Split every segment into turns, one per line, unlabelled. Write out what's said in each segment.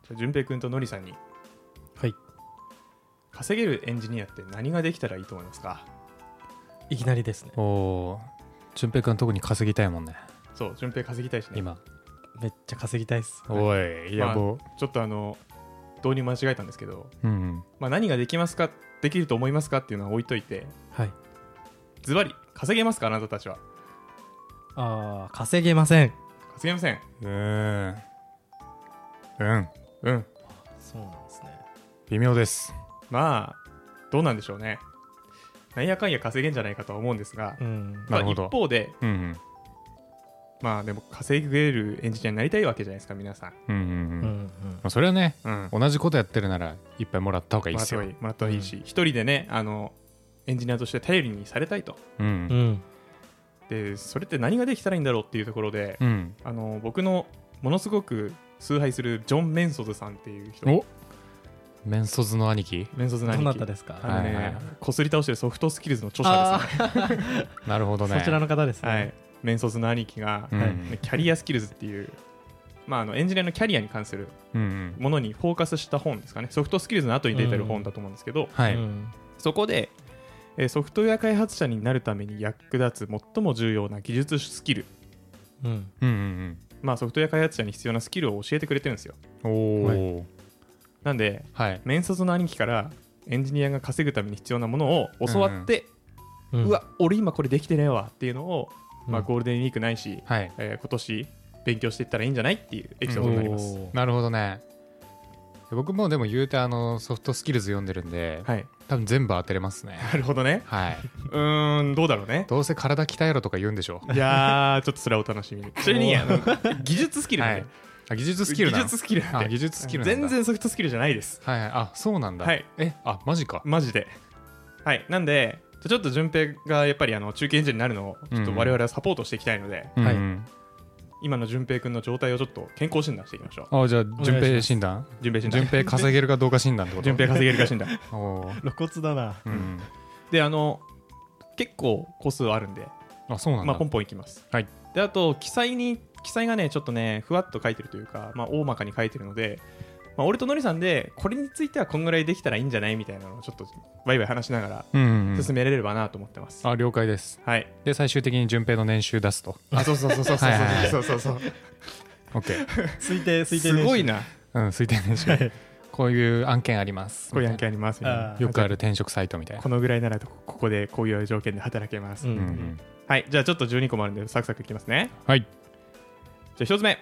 じゃあ順平君とのりさんに
はい
稼げるエンジニアって何ができたらいいと思いますか
いきなりですね
おお淳平君特に稼ぎたいもんね
そう順平稼ぎたいしね
今
めっちゃ稼ぎたいっす
おいい
ま
や
あ
も
ちょっとあの導入間違えたんですけど、
う、うん
まあ、何ができますかできると思いますかっていうのは置いといて
はい
ズバリ稼げますかあなたたちは
あー稼げません
稼げません
うんうーんうん
うん
そうなんですね
微妙です
まあどうなんでしょうねなんやかんや稼げんじゃないかとは思うんですが
う、ん
まあ、
なる
一
ほど
方で
うん
まあでも稼げるエンジニアになりたいわけじゃないですか皆さん
うんうんうんう、
うんんう
ま
ん
あ、それはね
うん
同じことやってるならいっぱいもらった方がいい
も
で
らっ
す
た
よ、
方がいいもらった方がいいし、一人でねあのエンジニアとして頼りにされたいと
う
うんん
でそれって何ができたらいいんだろうっていうところで、
うん
あの僕のものすごく崇拝するジョン・メンソズさんっていう人
おメンソズの兄貴
メンソズ
ど
な
な
兄
た
貴
ですか
あのね、
はいはい
こすり倒してるソフトスキルズの著者ですね
なるほどね
そちらの方ですね
はい、メンソズの兄貴が、
うん
はい
キャリアスキルズっていう、まあ、あのエンジニアのキャリアに関する
うんうん
ものにフォーカスした本ですかねソフトスキルズの後に出てる本だと思うんですけど、
はい、
うん
そこで、えーソフトウェア開発者になるために役立つ最も重要な技術スキル、
うん
うんうん
まあ、ソフトウェア開発者に必要なスキルを教えてくれてるんですよ
うんおお、
なんで
はい。
メンソズの兄貴からエンジニアが稼ぐために必要なものを教わって、
う
うんわ俺今これできてねえわっていうのを、まあ、
うん
ゴールデンウィークないし、
はい。
えー今年勉強していったらいいんじゃないっていうエピソードになります、
おー
なるほどね。僕もでも言うてあのソフトスキルズ読んでるんで、
はい
多分全部当てれますね。
なるほどね
はい。
うーんどうだろう ね
どうせ体鍛えろとか言うんでしょ
いやーちょっとそれはお楽しみに ちなみにあの技術スキ
う。
ルなん
は
で、
い。あ技術スキルな
技
ん
術スキルなん
あ
で
技術スキルなんだ
全。然ソフトスキルじゃないです
はいはい。あそうなんだ。
はい。
えあマジか。
マジではいなんでじゃあちょっと順平がやっぱりあの中堅エンジニアになるのをちょっと我々はサポートしていきたいので、
はい
うん
今の順平君の状態をちょっと健康診断していきましょう
うん。あじゃあ順
お願
平
いします
診断。
順平診
順
断
平稼げるかどうか診断ってこと。
順平稼げるか診 断
おおー。
露骨だな
うん。
であの結構個数あるんで
あそうなん
まあ
だ
ポ。ンポンいきます
はい
であと記載に記載がねちょっとねふわっと書いてるというかまあ大まかに書いてるのでまあ、俺とのりさんでこれについてはこんぐらいできたらいいんじゃないみたいなのをちょっとワイワイ話しなが
うんうんう
ら
ん。
進められればなと思ってます、
あ了解です。
はい
で最終的に順平の年収出すと。
あそうそうそうそうそう
はいはいはい
そうそうそう
オッケー。
推定推定
すごいな
うん推定年収。こういう案件あります。
こういう案件ありますみたいな
あー
よくある転職サイトみたいな
こ。のぐらいならこここでこういう条件で働けます、
うん
うんうん
はいじゃあちょっと12個もあるんでサクサクいきますね
はい。
じゃあ1つ目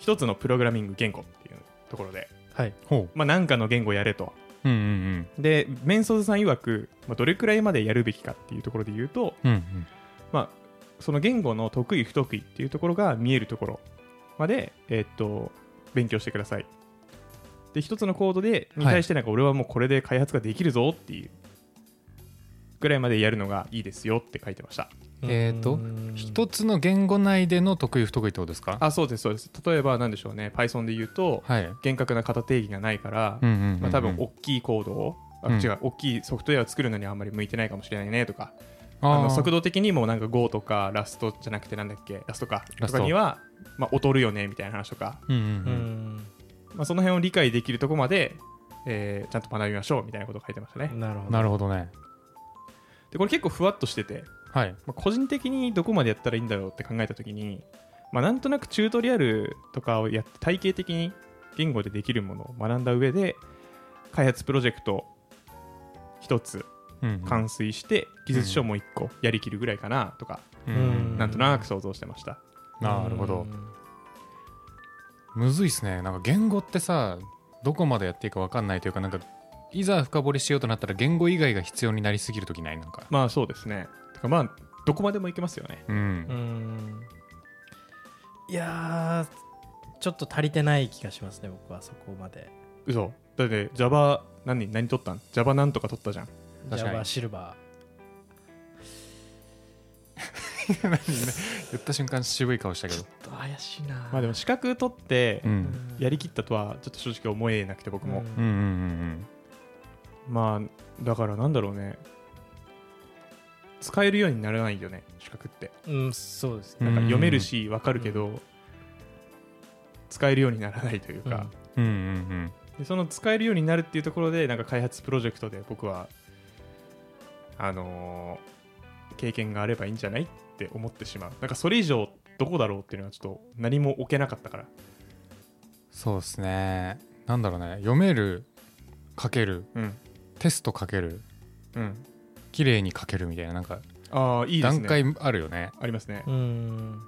1つのプログラミング言語っていうところで
はい
ほ
まあ何かの言語やれと
う。うんうん
でメンソーズさん曰く、まあ、どれくらいまでやるべきかっていうところで言うと
うん。うんうん。
まあその言語の得意不得意っていうところが見えるところまでえーっと勉強してくださいで一つのコードでに対してなんか俺はもうこれで開発ができるぞっていうぐらいまでやるのがいいですよって書いてました
えーと一
一
つの言語内での得意不得意ってことですか
あそうですそうです例えば何でしょうね Python で言うと
はい。うん
厳格な型定義がないから、
うんうんうん。
まあ、多分大きいコードを、あ
うん
違う大きいソフトウェアを作るのにあんまり向いてないかもしれないねとか、あ
あ
の
ー
速度的にもなんか Go とか Rust じゃなくてなんだっけ Rust かと
Rust
かには、まあ、劣るよねみたいな話とか、
うんう
うんん
まあ、その辺を理解できるとこまで、えーちゃんと学びましょうみたいなこと書いてましたね
な
う
るほ
ん。
ど
なるほどね。
でこれ結構ふわっとしてて、
はい。
まあ、個人的にどこまでやったらいいんだろうって考えた時に、まあ、なんとなくチュートリアルとかをやって体系的に言語でできるものを学んだ上で開発プロジェクト一つ
うんうん
完遂して技術書も一個やりきるぐらいかなとか、
う
うん
ん
なんとなく想像してました、
なるほど。むずいっすね。なんか言語ってさ、どこまでやっていいかわかんないというか、なんか、いざ深掘りしようとなったら言語以外が必要になりすぎるときないなんか。
まあそうですねてかまあどこまでもいけますよね
うん
う。んいやーちょっと足りてない気がしますね僕はそこまで
嘘だって Java 何何取ったん ?Java なんとか取ったじゃん
確かに
Java シルバ
言った瞬間渋い顔したけど。
ーちょっと怪しいな
まあでも資格取って
うん。
やりきったとはちょっと正直思えなくて僕も、
うんうんうん
まあだからなんだろうね使えるようにならないよね資格って
うんそうです
う
なんんか読めるしわかるけど、使えるようにならないというか、
うんうん
でその使えるようになるっていうところでなんか開発プロジェクトで僕はあのー経験があればいいんじゃないって思ってしまうなんかそれ以上どこだろうっていうのはちょっと何も置けなかったから
そうですねなんだろうね読める書ける
うん
テスト書ける
うん
綺麗に書けるみたいななんか
ああいいです
段
ね
階あるよね
ありますね
うん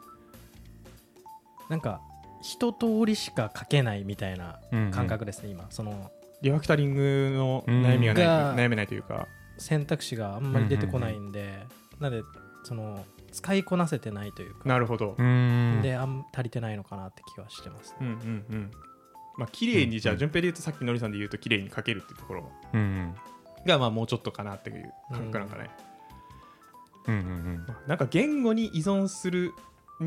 なんか一通りしか書けないみたいな
うんうん
感覚ですね、今その
リファクタリングの悩みがない、
うん
悩めないというか
選択肢があんまり出てこないんで、なんでその使いこなせてないというか
なるほど
うーん
であん足りてないのかなって気はしてますね、
うんうんうんまあ綺麗にじゃ
う
あ
ん
順平で言うとさっきのりさんで言うと綺麗に書けるっていうところ
うんうん
がまあもうちょっとかなっていう感覚なんかね、
うんうん
まあなんか言語に依存する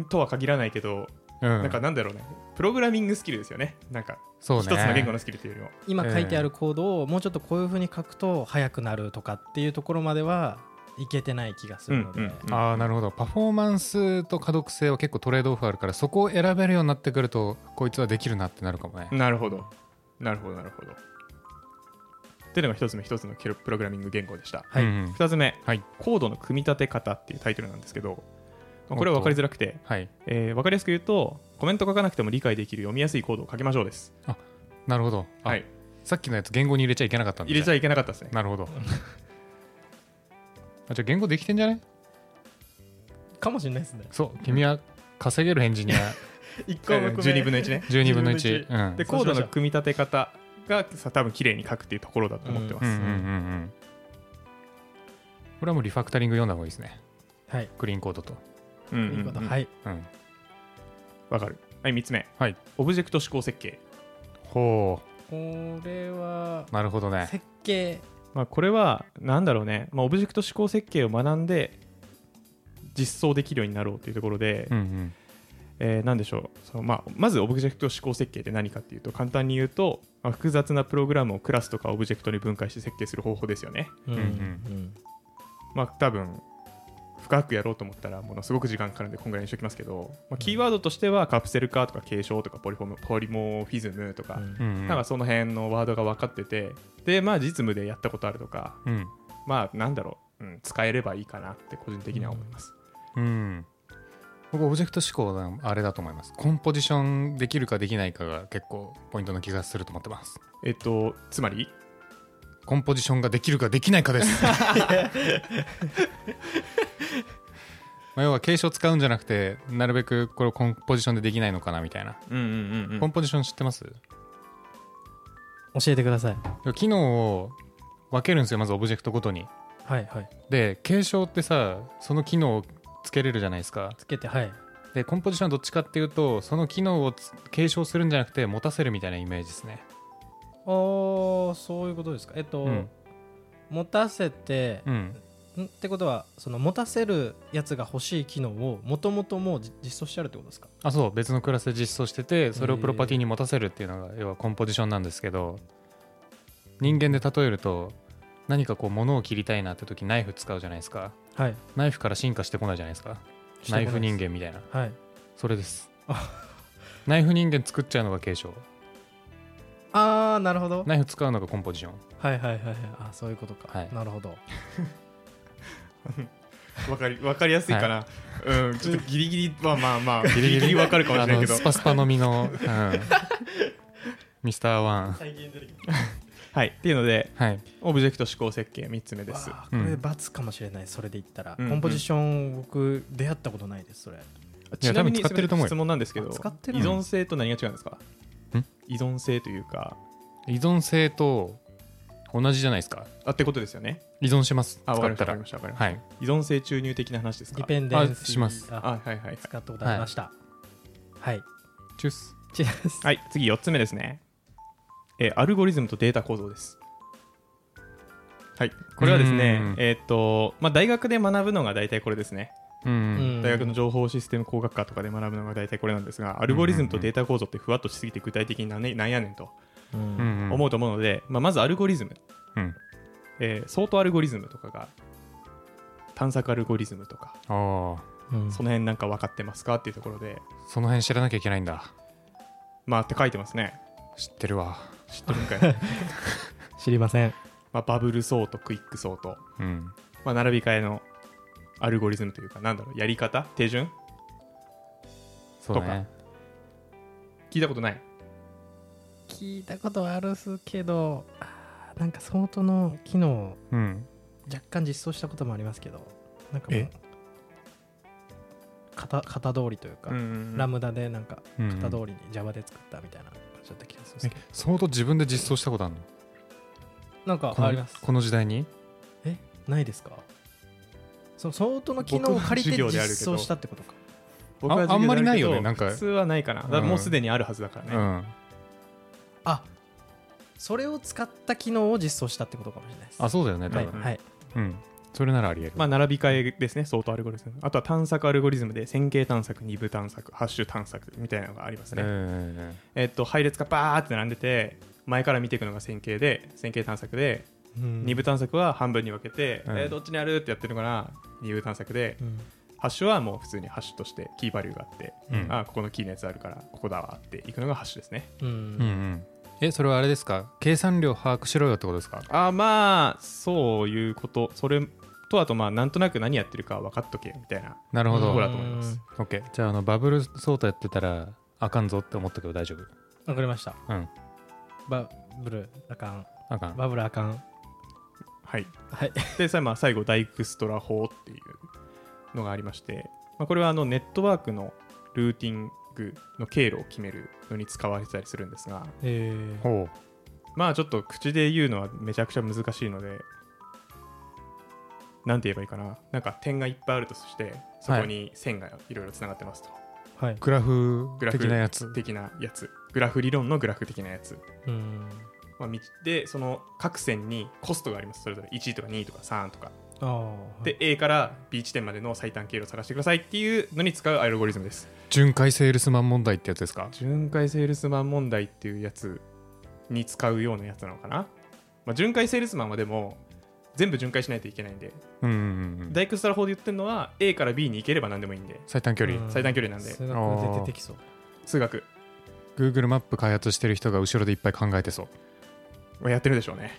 とは限らないけど、
うんうん
なんかなんだろうね、プログラミングスキルですよね。なんか、
そうね
一つの言語のスキルというよりも。
今書いてあるコードをもうちょっとこういうふうに書くと速くなるとかっていうところまではいけてない気がするので、
うんうんうん
ああなるほどパフォーマンスと可読性は結構トレードオフあるからそこを選べるようになってくるとこいつはできるなってなるかもね
なるほど。なるほど、なるほど。というのが一つ目、一つのプログラミング言語でした。
はい、
うんうん
二つ目、
はい
コードの組み立て方っていうタイトルなんですけど、まあこれは分かりづらくて、
はい
えー分かりやすく言うと、コメント書かなくても理解できる読みやすいコードを書きましょうです。
なるほどあ
はい、
さっきのやつ言語に入れちゃいけなかったんだ
入れち
ゃ
ゃいけなかったですね。
なる ほどあじゃあ言語できてんじゃない
かもしれないですね
そう君は稼げるエンジニア
一個目
12分の1ね。
12分の1うん
で、
そ
コ
う
ー
しましょう
ドの組み立て方がさ多分綺麗に書くっていうところだと思ってます。
うんうんうんうんこれはもうリファクタリング読んだ方がいいですね
はい
クリーンコードと
うん
と
うん
いう
う
こと
ん
はい
うん
わかる。はい、3つ目。
はい
オブジェクト指向設計。
ほ
これは
うなるほどね
設計
まあ、これは、なんだろうね、まあ、オブジェクト指向設計を学んで、実装できるようになろうというところで、
うんうん
えーなんでしょうその、まあ、まずオブジェクト指向設計って何かっていうと、簡単に言うと、まあ複雑なプログラムをクラスとかオブジェクトに分解して設計する方法ですよね。
うん
んうん
まあ、多分深くやろうと思ったらものすごく時間かかるんでこんぐらいにしときますけど、まあ、キーワードとしてはカプセル化とか継承とかポリフォムポリモフィズムとか、
うんうん
なんかその辺のワードが分かっててでまあ実務でやったことあるとか
うん
まあなんだろう、うん、使えればいいかなって個人的には思います、
うん僕オブジェクト思考のあれだと思いますコンポジションできるかできないかが結構ポイントの気がすると思ってます
えっとつまり
コンポジションができるかできないかです まあ要は継承使うんじゃなくてなるべくこれをコンポジションでできないのかなみたいな、
うんうん
コンポジション知ってます
教えてください
機能を分けるんですよまずオブジェクトごとに
はいはい
で継承ってさその機能をつけれるじゃないですか
つけてはい
でコンポジションはどっちかっていうとその機能をつ継承するんじゃなくて持たせるみたいなイメージですね
ああそういうことですかえっと、
うん
持たせて
う、ん
んってことはその持たせるやつが欲しい機能をもともともうじ実装してあるってことですか
あそう別のクラスで実装しててそれをプロパティに持たせるっていうのが要はコンポジションなんですけど人間で例えると何かこう物を切りたいなって時ナイフ使うじゃないですか
はい
ナイフから進化してこないじゃないですかナイフ人間みたいな
はい
それですナイフ人間作っちゃうのが継承
ああなるほど
ナイフ使うのがコンポジション
はいはいはいはいあそういうことか、
はい
なるほど
わかりわかりやすいかな、うんちょっとギリギリはまあまあ ギリギリわかるかもし
あ
れない
の
けど
スパスパの実の、うん、ミスターワン
最近出てき
はいっていうので
はい
オブジェクト指向設計3つ目です
これ罰かもしれないそれで言ったら、
うん
コンポジション僕出会ったことないですそれ
ちなみに
多分使ってると思うよ
質問なんですけど
あ使ってる
依存性と何が違うんですか
ん
依存性というか
依存性と同じじゃないですか
あってことですよね
依存します
あわ
使
か
っ
りましたたわ
ら
かりましたわかりまし
はい
た依存性注入的な話です
ディ
か
ペンデンス
あします
あ
あはいはいはい
使ったことありましたはい
チュース
違います
はい、次4つ目ですね。えーアルゴリズムとデータ構造です。はい、これはです
う
ね
ん、
えーっと、まあ、大学で学ぶのが大体これですね。
うんうん、
うん
大学の情報システム工学科とかで学ぶのが大体これなんですが、アルゴリズムとデータ構造ってふわっとしすぎて具体的になん,、ね、なんやねんと
うん
うんうん
思うと思うので、まあ、まずアルゴリズム、
うん
えー、相当アルゴリズムとかが、探索アルゴリズムとか、
ああ
うん
その辺なんか分かってますかっていうところで、
その辺知らなきゃいけないんだ
まあって書いてますね。
知ってるわ
知ってるんかい、
知りません。
まあ、バブルソートクイックソート、
うん
まあ、並び替えのアルゴリズムというかなんだろうやり方手順
そうだね
聞いたことない
聞いたことはあるっすけど、あーなんかその音の機能、
うん
若干実装したこともありますけど、なんかもう
え、
型型通りというか、ラムダでなんか
うん
型通りに Java で作ったみたいな感じだった気がするんです
え
けど、
相当自分で実装したことあるの
なんか
この
あります。
この時代に
えないですかその相当の機能を借りて
僕は授業であるけ
実
ど
装したってことか。
僕は
ああんまりないよ
授業であるけ
ね
ど
なんか
普通はないかなだからもうすでにあるはずだから
う
ね、
ん
あそれを使った機能を実装したってことかもしれないです。
あそうだよね多
はい、
分、
分
はい。
うんそれならありえる、
まあ、並び替えですね、相当アルゴリズム。あとは探索アルゴリズムで、線形探索、二部探索、ハッシュ探索みたいなのがありますね。
え
えっと、配列がバーって並んでて、前から見ていくのが線形で、線形探索で、二部探索は半分に分けて、
うん
えーどっちにあるってやってるのかな、二部探索で、
うん
ハッシュはもう普通にハッシュとしてキーバリューがあって、
うん
あここのキーのやつあるから、ここだわっていくのがハッシュですね。
う
えうんうんんえそれはあれですか計算量把握しろよってことですか
あーまあ、そういうこと、それと、あと、まあ、なんとなく何やってるか分かっとけみたいな
なるほ
と
ど、
ころだと思います。
オッケーじゃああのバブルソータやってたらあかんぞって思ったけど大丈夫
わかりました。
うん
バブルあかん。
あかん
バブルあかん。
はい。
はい。
でさまあ最後ダイクストラ法っていうのがありまして、まあ、これはあのネットワークのルーティングの経路を決めるのに使われてたりするんですが
え
ほ。
まあちょっと口で言うのはめちゃくちゃ難しいのでなんて言えばいいかななんか点がいっぱいあるとしてそこに線がいろいろつながってますと、
ー、はいう
グラフ
グラフ
的なやつ
的なやつグラフ理論のグラフ的なやつ、
うん。
まあ、道でその各線にコストがありますそれぞれ1とか2とか3とか
ああ。
で、A から B 地点までの最短経路を探してくださいっていうのに使うアルゴリズムです。
巡回セールスマン問題ってやつですか
巡回セールスマン問題っていうやつに使うようなやつなのかな、まあ、巡回セールスマンはでも全部巡回しないといけないんで、
うんうんうん
ダイクストラ法で言ってるのは A から B に行ければ何でもいいんで、
最短距離、
うん
最短距離なんで
数学で出てきそう。
数学
Google マップ開発してる人が後ろでいっぱい考えてそう
はやってるでしょうね。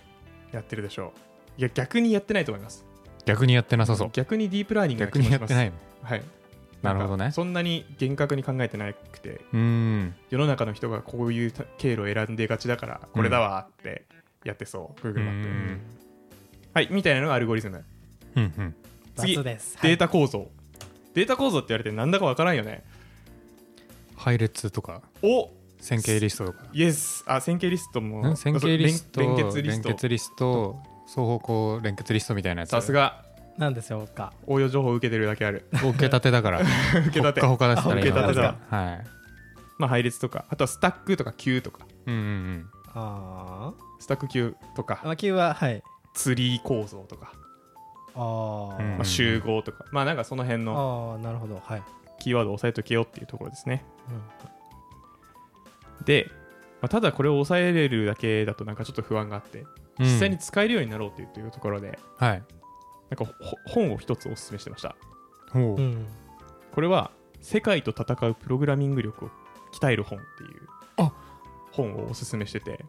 やってるでしょう。いや、逆にやってないと思います。
逆にやってなさそう
逆にディープラーニングな気
逆
も
に
し
や
ま
っ
す
てないの
はい。
なるほどね
んかそんなに厳格に考えてなくて、
うーん
世の中の人がこういうた経路を選んでがちだからこれだわってやってそう、Google マップ、
うん
はいみたいなのがアルゴリズム、
うんうん
次
バツです。
データ構造データ構造って言われてなんだかわからんよね
配列とか
お
線形リストとか
イエスあ線形リストも
ん線形リスト
あそう連連結リス
連結
ト
リスト双方向連結リストみたいなやつ
さすが
はいなんですよ、か。
応用情報を受けてるだけある
受け立てだから
受け立て
ほっかほかですから
あ受け立てだ
今はい
まあ配列とかあとはスタックとか Q とか
うんうん
あ
スタック Q と
あ。ま
か
あ、Q は、はい。
ツリー構造とか、
ああ。
うん
まあ、集合とか、まあなんかその辺の
ああ、なるほど。はい。
キーワードを押さえとけよっていうところですね
うん
で、まあ、ただこれを抑えれるだけだとなんかちょっと不安があって、
うん
実際に使えるようになろうっていうというところで
はい
なんかほ本を一つおすすめしてました
ほう
う。
ん
これは「世界と戦うプログラミング力を鍛える本」っていう
あ
本をおすすめしてて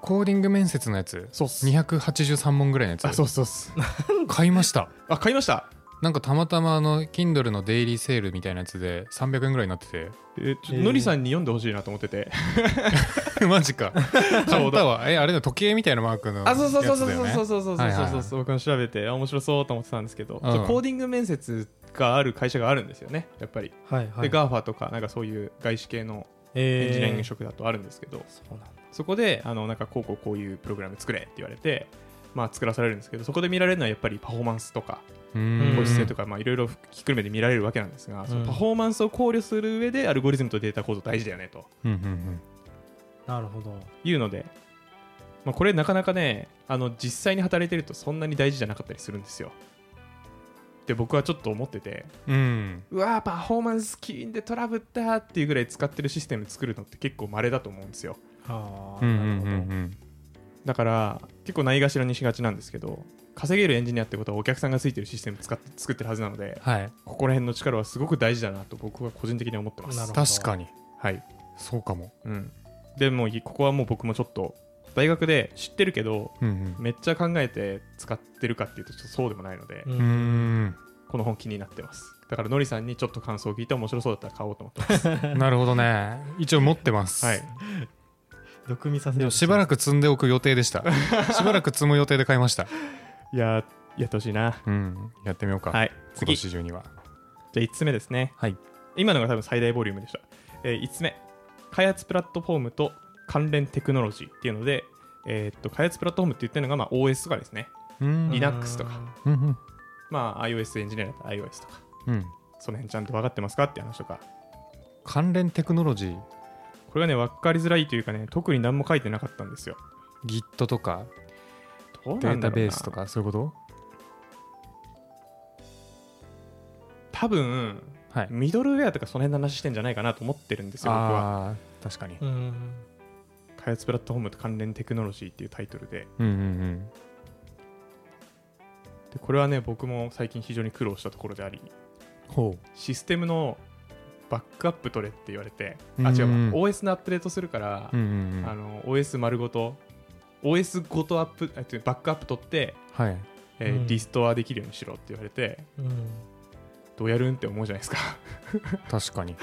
コーディング面接のやつ
そうっす
283問ぐらいのやつ
あそうっすそうっす
買いました
あ買いました
なんかたまたまあの Kindle のデイリーセールみたいなやつで300円ぐらいになって て
えーちょ
へー
のりさんに読んでほしいなと思ってて
マジか
ちょ
買
う
っ
ど
たわえあれの時計みたいなマークのや
あ
つだ
そう
よ
そう
ね
そうそうそうそうそうそうそう
はいはい
そ
は
う
い
そう僕も調べてあ面白そうと思ってたんですけど、
うん
そうコーディング面接がある会社があるんですよねやっぱり、
はい、はい。
で GAFA とかなんかそういう外資系のエンジニアリング職だとあるんですけど、
そうなんだ。
そこであのなんかこうこうこういうプログラム作れって言われて、まあ、作らされるんですけどそこで見られるのはやっぱりパフォーマンスとか
う
保
ん
湿性とかまあいろいろひっくるめて見られるわけなんですが、そのパフォーマンスを考慮する上でアルゴリズムとデータ構造大事だよねと
うんうんうん
なるほど。
いうので、まあ、これなかなかねあの実際に働いてるとそんなに大事じゃなかったりするんですよ。で僕はちょっと思ってて
うん
うわーパフォーマンスキーンでトラブったっていうぐらい使ってるシステム作るのって結構稀だと思うんですよ。
あ
う
あ、
ん
なるほ
うんう
ど。
んうん
だから結構ないがしろにしがちなんですけど稼げるエンジニアってことはお客さんがついてるシステム使って作ってるはずなので
はい
ここら辺の力はすごく大事だなと僕は個人的に思ってます
なるほど
確かに
はい、
そうかも
うん、でもいここはもう僕もちょっと大学で知ってるけど
うん
めっちゃ考えて使ってるかっていうとちょっとそうでもないので、
う
うんうーん
この本気になってますだからのりさんにちょっと感想を聞いて面白そうだったら買おうと思ってます
なるほどね一応持ってます
はい
毒味させ
で
よ
も
う
しば
ら
らく積んでおく予定でした しばらく積む予定で買いました
いやーやってほしいな
うんやってみようか、
はい
今
次じ
年中には
ゃあ5つ目ですね
はい
今のが多分最大ボリュームでした、え5つ目開発プラットフォームと関連テクノロジーっていうので、えーっと開発プラットフォームって言ってるのが、まあ、OS とかですね
うん
リナックスとか
うんうん
まあ iOS エンジニアだったら iOS とか
うん
その辺ちゃんと分かってますかって話とか
関連テクノロジー
これがね分かりづらいというかね特に何も書いてなかったんですよ
Git とか
どう
デ
なん
ー
だろ
タ
うな
ベースとかそういうこと
多分
はい
ミドルウェアとかその辺の話してんじゃないかなと思ってるんですよ僕は
あー確かに
うん
開発プラットフォームと関連テクノロジーっていうタイトルで
うんうん
でこれはね僕も最近非常に苦労したところであり
うんほ
システムのバックアップ取れって言われて、あ
うん
違うわ OS のアップデートするから、
うんうんうん
あの OS 丸ごと OS ごとアップあ違うバックアップ取って、
はい
えー
うん
リストアできるようにしろって言われて
うん
どうやるんって思うじゃないですか
確 かに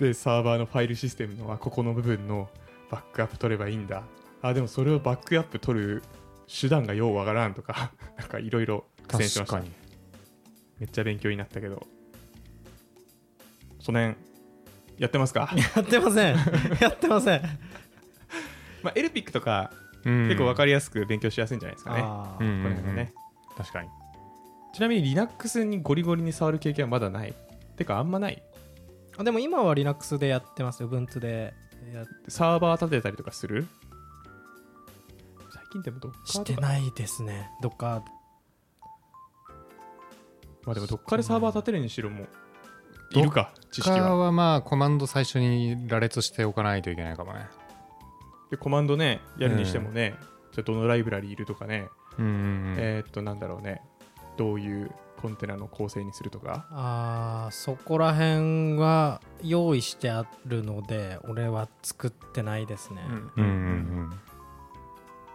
でサーバーのファイルシステムのあここの部分のバックアップ取ればいいんだあでもそれをバックアップ取る手段がようわからんとか なんかいろいろ苦戦しま
確
した
かに
めっちゃ勉強になったけどその辺やってますか
やってませんやってません
まあエルピックとか
結
結構分か
り
りやすく勉強しやすいんじゃないですかね。
あ
う
ー
こ
んう
れ
んう
が
ん
ね
確かに
ちなみに Linux にゴリゴリに触る経験はまだない。てかあんまない。
あでも今は Linux でやってます Ubuntu でやっ
サーバー立てたりとかする最近でもどっか
してないですねどっか
まあでもどっかでサーバー立てるにしろもういるか、知識
他
は。
はまあコマンド最初に羅列しておかないといけないかもね
で、コマンドね、やるにしてもね、じゃあどのライブラリいるとかね、
うんうんうん
えーっと、なんだろうね、どういうコンテナの構成にするとか。
あーそこら辺は用意してあるので俺は作ってないですね、
うんう
ま
ん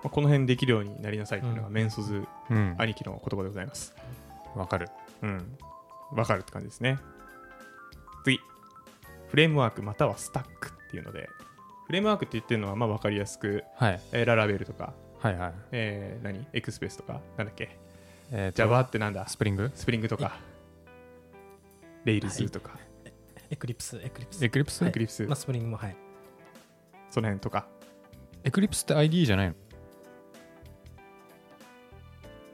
あこの辺できるようになりなさいっていうのが
うん
メンソズ
うんうん
兄貴の言葉でございます。
わかる
うん。わかるって感じですね。次。フレームワークまたはスタックっていうので、フレームワークって言ってるのは、まあ、わかりやすく、
はい
えーララベルとか、
はいはい
えー何エクスプレスとか、なんだっけ
えーと
?Java ってなんだ
スプリング
スプリングとか、レイルズとか、
エクリプスエクリプス
エクリプス
エクリプス、
まあ、スプリングもはい
その辺とか。
エクリプスって ID じゃないの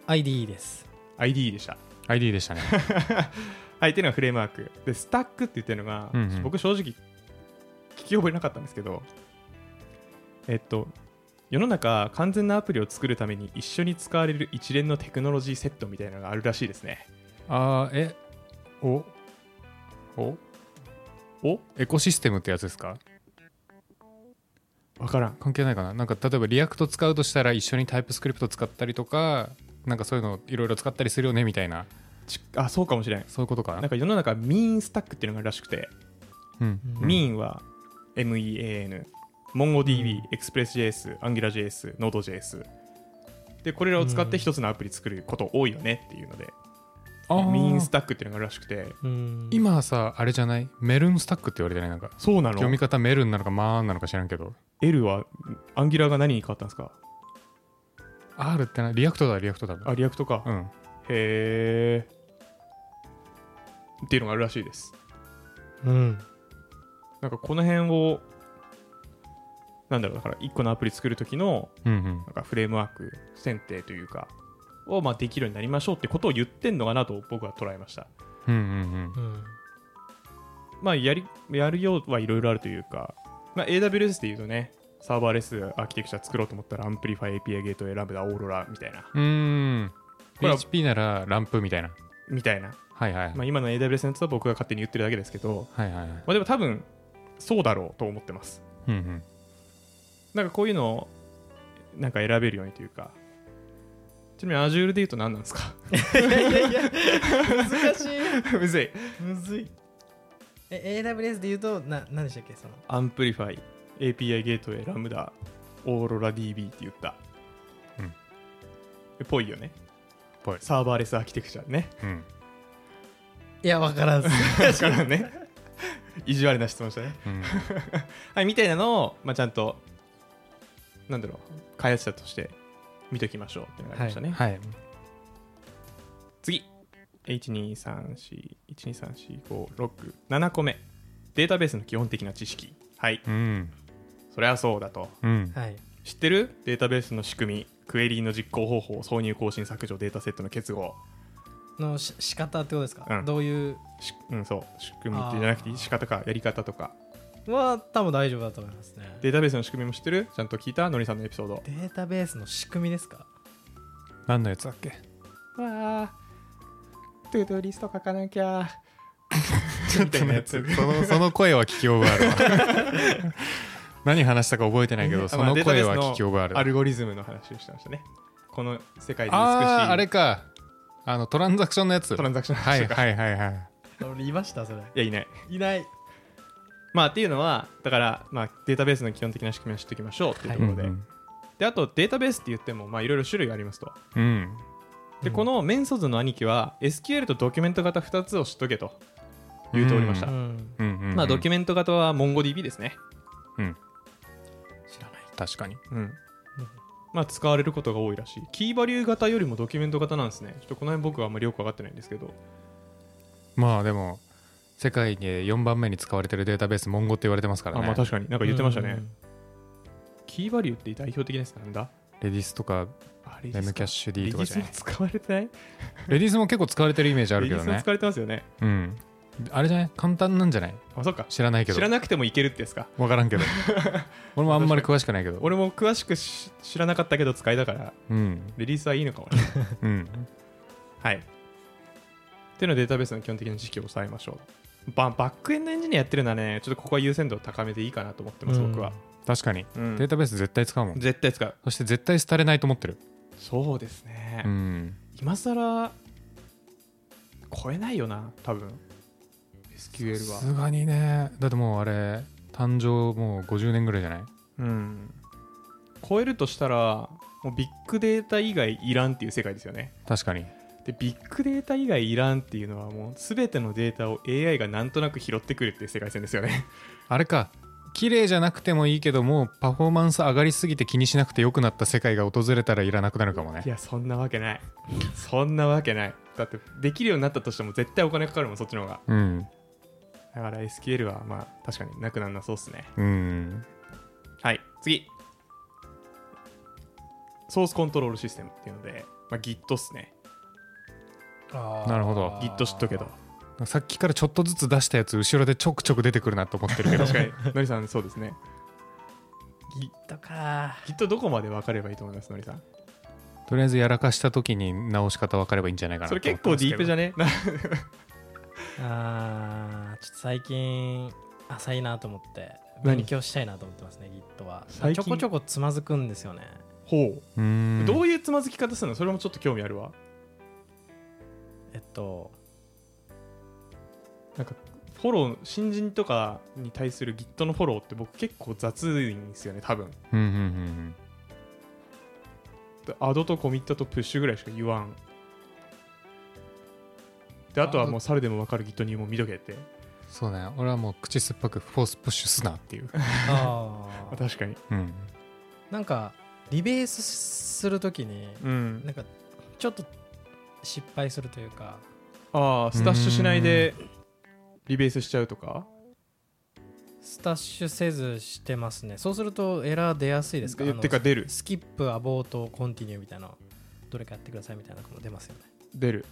IDE です
IDE でした。
ID でした ね
はい、っていうのがフレームワーク。で、スタックって言ってるのが、
うんうん
僕正直、聞き覚えなかったんですけど、えっと、世の中、完全なアプリを作るために一緒に使われる一連のテクノロジーセットみたいなのがあるらしいですね。
あーえおお
お
エコシステムってやつですか
わからん。
関係ないかななんか例えばリアクト使うとしたら一緒にタイプスクリプト使ったりとかなんかそういうのいろいろ使ったりするよねみたいな
ちあ、そうかもしれん。
そういうことか
なんか世の中、ミーンスタックっていうのがあるらしくて、
うん
うん
ミーンは MEAN、MongoDB
うん、
ExpressJS、AngularJS、Node.js。で、これらを使って一つのアプリ作ること多いよねっていうので、
あー
ミーンスタックっていうのがあるらしくて、
うん
今さあれじゃないメルンスタックって言われてないなんか
そうなの
読み方メルンなのかマーンなのか知らんけど
L はアンギュラーが何に変わったんですか
R ってなリアクトだリアクトだ
あリアクトか、
うん
へえっていうのがあるらしいです
うん
なんかこの辺をなんだろうだから1個のアプリ作る時の
うんうん
なんかフレームワーク選定というかをまあできるようになりましょうってことを言ってんのかなと僕は捉えました
うんうん
うん
まあやりやるようはいろいろあるというか、まあ、AWS で言うとねサーバーレスアーキテクチャ作ろうと思ったらアンプリファイ API ゲートウェイラムダオーロラみたいな
うんうん
これは
PHP ならランプみたいな
みたいな、
はいはい
まあ、今の AWS のやつは僕が勝手に言ってるだけですけど
はいはいはい
まあ、でも多分そうだろうと思ってます
うんうん
なんかこういうのをなんか選べるようにというかちなみに Azure で言うと何なんですか
いやいやいや難し い
むずい
むずいえ AWS で言うとな何でしたっけその
アンプリファイ API ゲートウェイラムダオーロラ DB って言った
うん
えぽいよね
ぽい
サーバーレスアーキテクチャね
うん
いや、わからんっ す。
だからね意地悪な質問したね
うん
はいみたいなのを、まあ、ちゃんとなんだろう開発者として見ときましょうってなりましたね、
はい
次12341234567個目データベースの基本的な知識はい
うん
そりゃそうだと
うん
はい。
知ってるデータベースの仕組みクエリーの実行方法挿入更新削除データセットの結合
のし仕方ってことですか、
うん
どういう。
しうんそう仕組みってじゃなくて
あー
仕方かやり方とか
は、多分大丈夫だと思いますね。
データベースの仕組みも知ってるちゃんと聞いたのりさんのエピソード
データベースの仕組みですか
何のやつだっけ
わあトゥードゥーリスト書かなきゃみたいなやつ
そのその声は聞き覚えあるわ何話したか覚えてないけ
あま
ど
あ
その声は聞き覚えある
アルゴリズムの話をしてましたねこの世界で美し
あーあれ
い
かあのトランザクションのやつ
トランザクションの
は
話
い
とか、
はいはいはい
俺、いました、それ。
いやいない
いない。
まあっていうのはだから、まあ、データベースの基本的な仕組みを知っておきましょうっていうと
う
こ
ん
ろで,、であとデータベースって言ってもまあいろいろ種類がありますと
うんうん
で、
うん
このメンソズの兄貴は SQL とドキュメント型2つを知っとけと言うておりました、
うん。
うんうん
まあドキュ
メ
メント型は MongoDB ですね、
知らない。
確かに
うんまあ使われることが多いらしいキーバリュー型よりもドキュメント型なんですねちょっとこの辺僕はあんまりよく分かってないんですけど
まあでも世界で4番目に使われてるデータベースモンゴって言われてますから
あ
ね
まあ確かになんか言ってましたね、
うん
キーバリューって代表的ですなんだ
レディスとか
あれ
レムキャッシュ D
リ
と
リー
かじ
ス
ゃ
も
ない
使われてない
レディスも結構使われてるイメージあ
レ
る
デ
け
ィ
ど
スも
ね
使われてますよね
うんあれじゃない簡単なんじゃない
あそっか
知らないけ
知
ど
らなくてもいけるってですか
分から んけど俺もあんまり詳しくないけど
俺も詳しくし知らなかったけど使いだから
うん
リリースはいいのかもね
うん
はいっていうのはデータベースの基本的な知識を抑えましょうババックエンドエンジニアやってるのはねちょっとここは優先度を高めていいかなと思ってます、僕は、
確かに
うん
データベース絶対使うもん
絶対使う
そして絶対廃れないと思ってる
そうですね、
うん
今さら超えないよな多分 SQL
さ
は
すがにねだってもうあれ誕生もう50年ぐらいじゃない
うん超えるとしたらもうビッグデータ以外いらんっていう世界ですよね
確かに
でビッグデータ以外いらんっていうのはもう全てのデータを AI がなんとなく拾ってくるっていう世界線ですよね
あれか綺麗じゃなくてもいいけどもうパフォーマンス上がりすぎて気にしなくて良くなった世界が訪れたらいらなくなるかもね
いやそんなわけないそんなわけないだってできるようになったとしても絶対お金かかるもんそっちの方が
うん
だから SQL はまあ確かになくなんなそうっすね
うん
はい、次。ソースコントロールシステムっていうので、まあ、Git っすね。
あー
なるほど
Git 知っとけど。。
さっきからちょっとずつ出したやつ後ろでちょくちょく出てくるなと思ってるけど
確かに、のりさん、そうですね。
Git か。
Git どこまで分かればいいと思います、のりさん。
とりあえずやらかした時に直し方分かればいいんじゃないかな
そ
と
れ
思って
結構ディープじゃ
ん
ね
あーちょっと最近浅いなと思って
何
勉強したいなと思ってますね Git は
最
ち
近
ょこちょこつまずくんですよね
ほ
う
う。
ん
どういうつまずき方するのそれもちょっと興味あるわ。
えっと
なんか、フォロー、新人とかに対する Git のフォローって僕結構雑いんですよね、多分。
うんうんうん
アドとコミットとプッシュぐらいしか言わん。で、あとはもう猿でも分かる Git 入門見とけって。
そうだね俺はもう口酸っぱくフォースプッシュすなっていう、
あ
あ
ー
確かに。
うん、
なんかリベースするときに
うん
なんかちょっと失敗するというか
ああスタッシュしないでリベースしちゃうとか
スタッシュせずしてますねそうするとエラー出やすいですか
で
あの
てか出る
スキップアボートコンティニューみたいなどれかやってくださいみたいなのも出ますよね
出る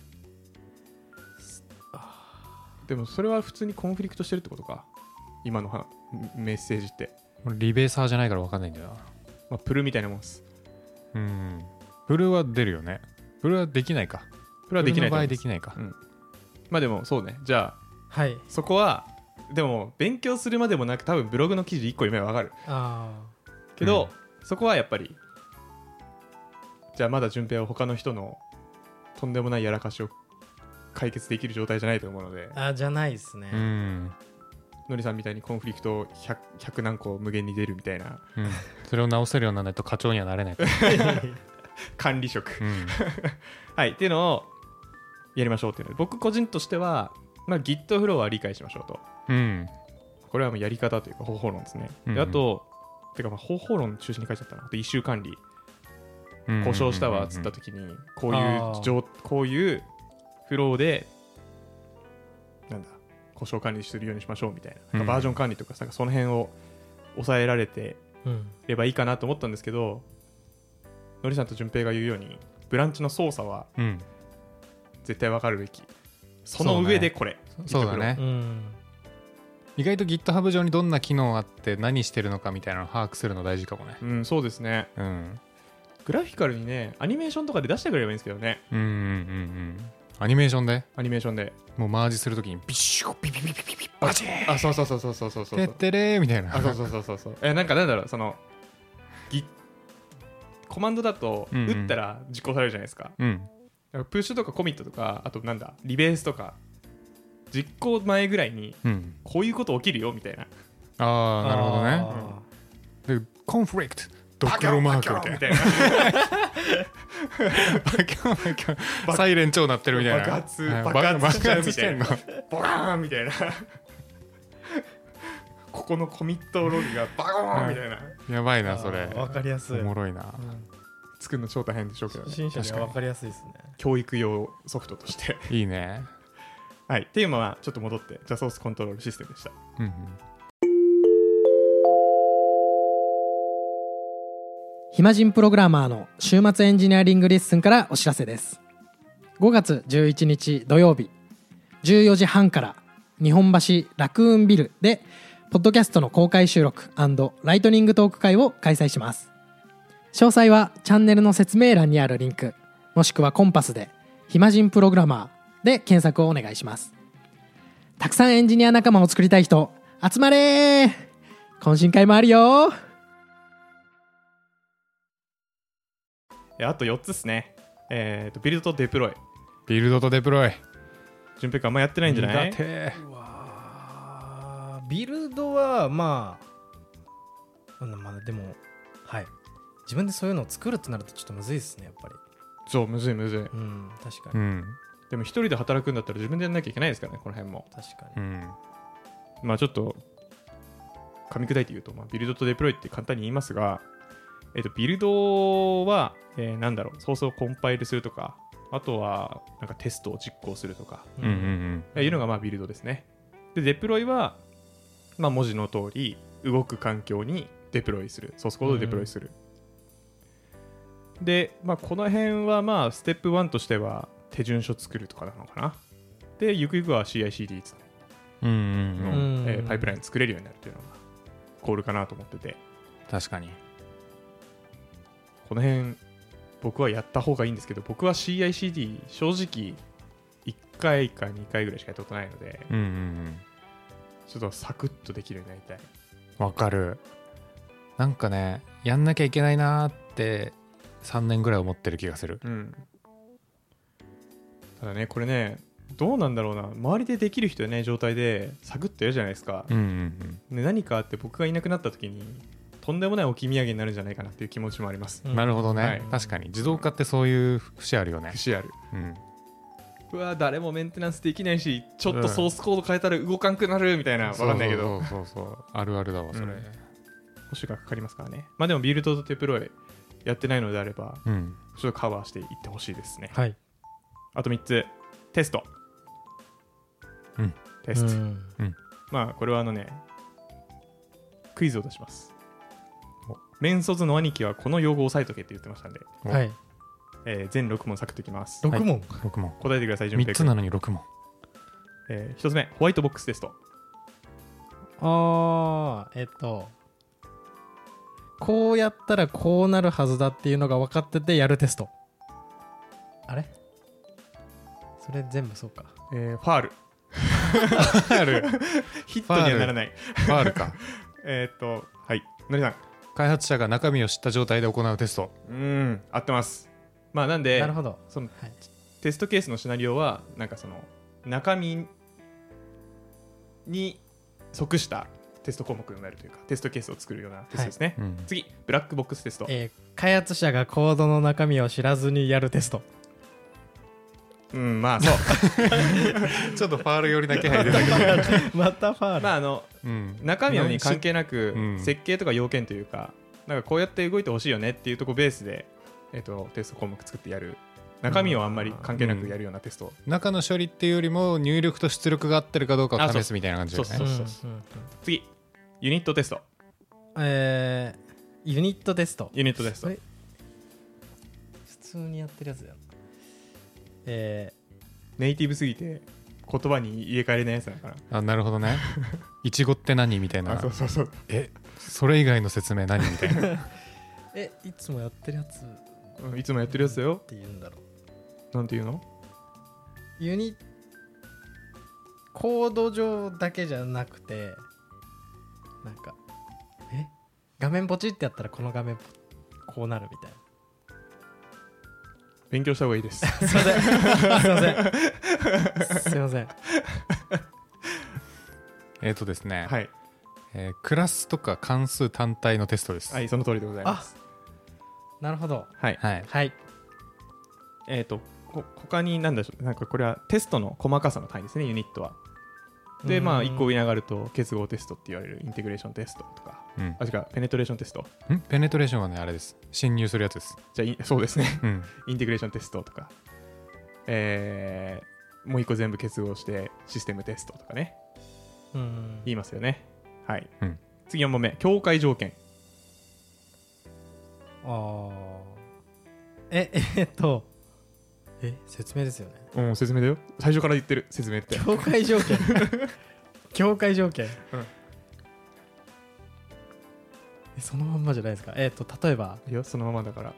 でもそれは普通にコンフリクトしてるってことか今のはメッセージって、
俺リベーサーじゃないから分かんないんだよな
まあ、プルみたいなもんです
うんフルは出るよねフルはできないか
プルはできない
フ
と
ルの場
思
合
いま
ですきないか
うんまあでもそうねじゃあ
はい
そこはでも勉強するまでもなく多分ブログの記事1個読めばわかる
あ
けど、そこはやっぱりじゃあまだ順平は他の人のとんでもないやらかしを解決できる状態じゃないと思うので
ーあーじゃないですね、
うん
のりさんみたいにコンフリクト 100, 100何個無限に出るみたいな
うんそれを直せるようにならないと課長にはなれないから、
管理職、
うん
はいっていうのをやりましょうっていうので僕個人としては、まあ、Git フローは理解しましょうと
うん、
これはもうやり方というか方法論ですね、
うんう
で
ん
あとてかまあ方法論中心に書いちゃったなあと一週管理
うん
故障したわっつった時にこうい
あー
う状こういうフローでなんだ故障管理するようにしましょうみたいな、
うん
バージョン管理とかなんかその辺を抑えられて
うん
ればいいかなと思ったんですけどのりさんと順平が言うようにブランチの操作は
うん
絶対わかるべきその上でこれ
そうだね
うん
意外と GitHub 上にどんな機能あって何してるのかみたいなのを把握するの大事かもね
うんそうですね
うん
グラフィカルにねアニメーションとかで出してくれればいいんですけどね
うんうんうんうんアニメーションで
アニメーションで
もうマージするときにビシュッビビビビビビバチー
あそうそうそうそうそうそうそう
ンてってれーみたいな
あそうそうそうそうそうえなんかなんだろうそのぎコマンドだと
うんうん
打ったら実行されるじゃないですか、
うん
だからプッシュとかコミットとかあとなんだリベースとか実行前ぐらいに
うん
こういうこと起きるよみたいな
ああなるほどね
あ
でコンフリクトドクロマークみたいな
みたいな
バキョンバキョンサイレン超鳴ってるみたいな
爆発
はい
爆発しちゃうみたいな
爆発してんの
ボラーンみたいなここのコミットログがバゴーンみたいな
やばい
ー
なそれ
あーわかりやす
お
い
もろいな
作るの超大変でしょうけど
初
ね
心者にはわかりやすいですね
教育用ソフトと して
いいね
はいっていうのはちょっと戻ってジャソースコントロールシステムでした
うんうん
暇人プログラマーの週末エンジニアリングレッスンからお知らせです5月11日土曜日14時半から日本橋ラクーンビルでポッドキャストの公開収録ライトニングトーク会を開催します詳細はチャンネルの説明欄にあるリンクもしくはコンパスで「暇人プログラマー」で検索をお願いしますたくさんエンジニア仲間を作りたい人集まれー懇親会もあるよー
えあと4つですね。えっ、と、ビルドとデプロイ。
ビルドとデプロイ
順平君あんまやってないんじゃない
苦手
うわービルドはまあうんまだでもはい自分でそういうのを作るってなるとちょっとむずいですねやっぱり
そう、むずいむずい。
うん確か
う
に
ん
でも一人で働くんだったら自分でやんなきゃいけないですからね、この辺も。
確か
う
に
ん
まあちょっと、噛み砕いて言うと、まあ、ビルドとデプロイって簡単に言いますが、えっ、と、ビルドは、えーなんだろう、ソースをコンパイルするとか、あとは、なんかテストを実行するとか、
うんうんうん
いうのがまあビルドですね。で、デプロイは、まあ、文字の通り、動く環境にデプロイする、ソースコードをデプロイする。で、まあ、この辺は、まあ、ステップ1としては、手順書作るとかなのかな。で、ゆくゆくは CICD つ
うんう
の、
んうん
えーパイプライン作れるようになるっていうのが、コールかなと思ってて、
確かに
この辺、僕はやった方がいいんですけど、僕は CICD、正直、1回か2回ぐらいしかやったことないので、
うんうん
ちょっとサクッとできるようになりたい。
うんわかるなんかねやんなきゃいけないなーって3年ぐらい思ってる気がする
うん、ただねこれねどうなんだろうな周りでできる人いない状態でサクッとやるじゃないですか、
うんうん
で何かあって僕がいなくなった時にとんでもない置き土産になるんじゃないかなっていう気持ちもあります、
うんなるほどね、
はい
確かに自動化ってそういう節あるよね
節ある
うん
うわ誰もメンテナンスできないしちょっとソースコード変えたら動かんくなるみたいな、わかんないけど
そうそうそうそうあるあるだわそれ
うん保守がかかりますからねまあでもビルドとデプロイやってないのであれば
うん
ちょっとカバーしていってほしいですね
はい
あと3つテスト
うん
テスト、
うん
まあこれはあのねクイズを出しますメンソズの兄貴はこの用語を押さえとけって言ってましたんで、
お
はい
えー全6問サクッといきます
6問
6問
答えてください順平
3つ
君
なのに6問
えー、1つ目ホワイトボックステスト
ああえっとこうやったらこうなるはずだっていうのが分かっててやるテストあれそれ全部そうか
えーファールファール ヒットにはならない
ファールか
えーっとはいのりさん
開発者が中身を知った状態で行うテスト
うーん合ってますまあなんで
なるほど
その
はい
テストケースのシナリオはなんかその中身に即したテスト項目になるというかテストケースを作るようなテストですね、
うん
次ブラックボックステスト、
えー開発者がコードの中身を知らずにやるテスト
うんまあそう
ちょっとファール寄りな気配出たけど、
またファール、
まああの
うん
中身に関係なく、
うん
設計とか要件というかなんかこうやって動いてほしいよねっていうとこベースで、えっとテスト項目作ってやる中身をあんまり関係なくやるようなテスト、
中の処理っていうよりも入力と出力が合ってるかどうかを試すみたいな感じだよ
あ
ね
そうそう次ユニットテスト
えーユニットテスト
ユニットテスト
それ普通にやってるやつだよなえ
ネイティブすぎて言葉に入れ替えれないやつだから
あなるほど ねいちごって何みたい
あ
な
そうそうそう
えそれ以外の説明何みたいな
ーえいつもやってるやつっ
うんいつもやってるやつだよ
て言うんだろう
なんていうの
ユニコード上だけじゃなくてなんかえ画面ポチってやったらこの画面ポこうなるみたい
勉強した方がいい です
なすいま せんすいませんすいません
えっとですね、
はい
えークラスとか関数単体のテストです
はいその通りでございま
あ
す
なるほど
はい
はい
はい
えっ、とこ他に何でしょうなんかこれはテストの細かさの単位ですねユニットはでまあ1個上に上がると結合テストって言われるインテグレーションテストとか
うん
あ違うペネトレーションテスト
んペネトレーションはねあれです侵入するやつです
じゃあい そうですね
うん
インテグレーションテストとかえー、もう1個全部結合してシステムテストとかね
うん
言いますよねはい、
うん
次4問目境界条件
あーええっとえ説明です よね
うん説明だよ最初から言ってる説 明って
境界 条件境界条件、
うん
えそのまんまじゃないですかえっ、と例えば
いやそのままだから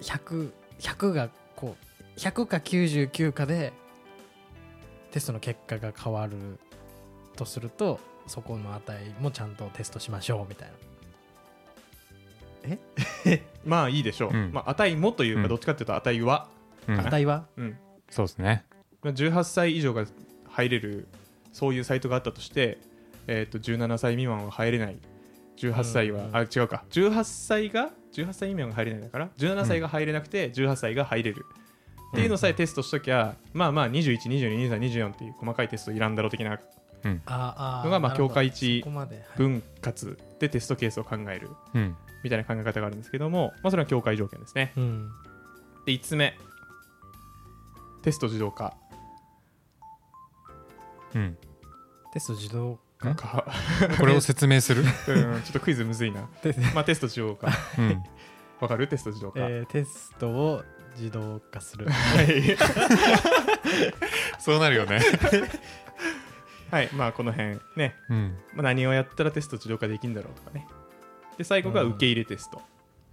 100 100がこう100か99かでテストの結果が変わるとするとそこの値もちゃんとテストしましょうみたいな
まあいいでしょう、
うん
まあ、値もという
う
か
ん
どっちかっていうと値は、
うん
値は
うん
そうですね
まあ18歳以上が入れるそういうサイトがあったとして、えー、と17歳未満は入れない18歳は、
うん
あ違うか18歳が18歳未満が入れないだから17歳が入れなくて18歳が入れる、っていうのさえテストしときゃまあまあ21222324っていう細かいテストいらんだろう的な
あーあー
のがまあ
なる
境
ほど
界一
そこまで、はい
分割でテストケースを考える
うん
みたいな考え方があるんですけども、まあ、それは境界条件ですね
うん
で5つ目テスト自動化
うん
テスト自動
ん
か
これを説明する
うんちょっとクイズむずいな
テス
まあテスト自動化
うん
わかるテスト自動化、
えーテストを自動化する
はい、
そうなるよね
はい、まあこの辺ね、
うん
まあ、何をやったらテスト自動化できるんだろうとかねで最後が
うん
受け入れテスト、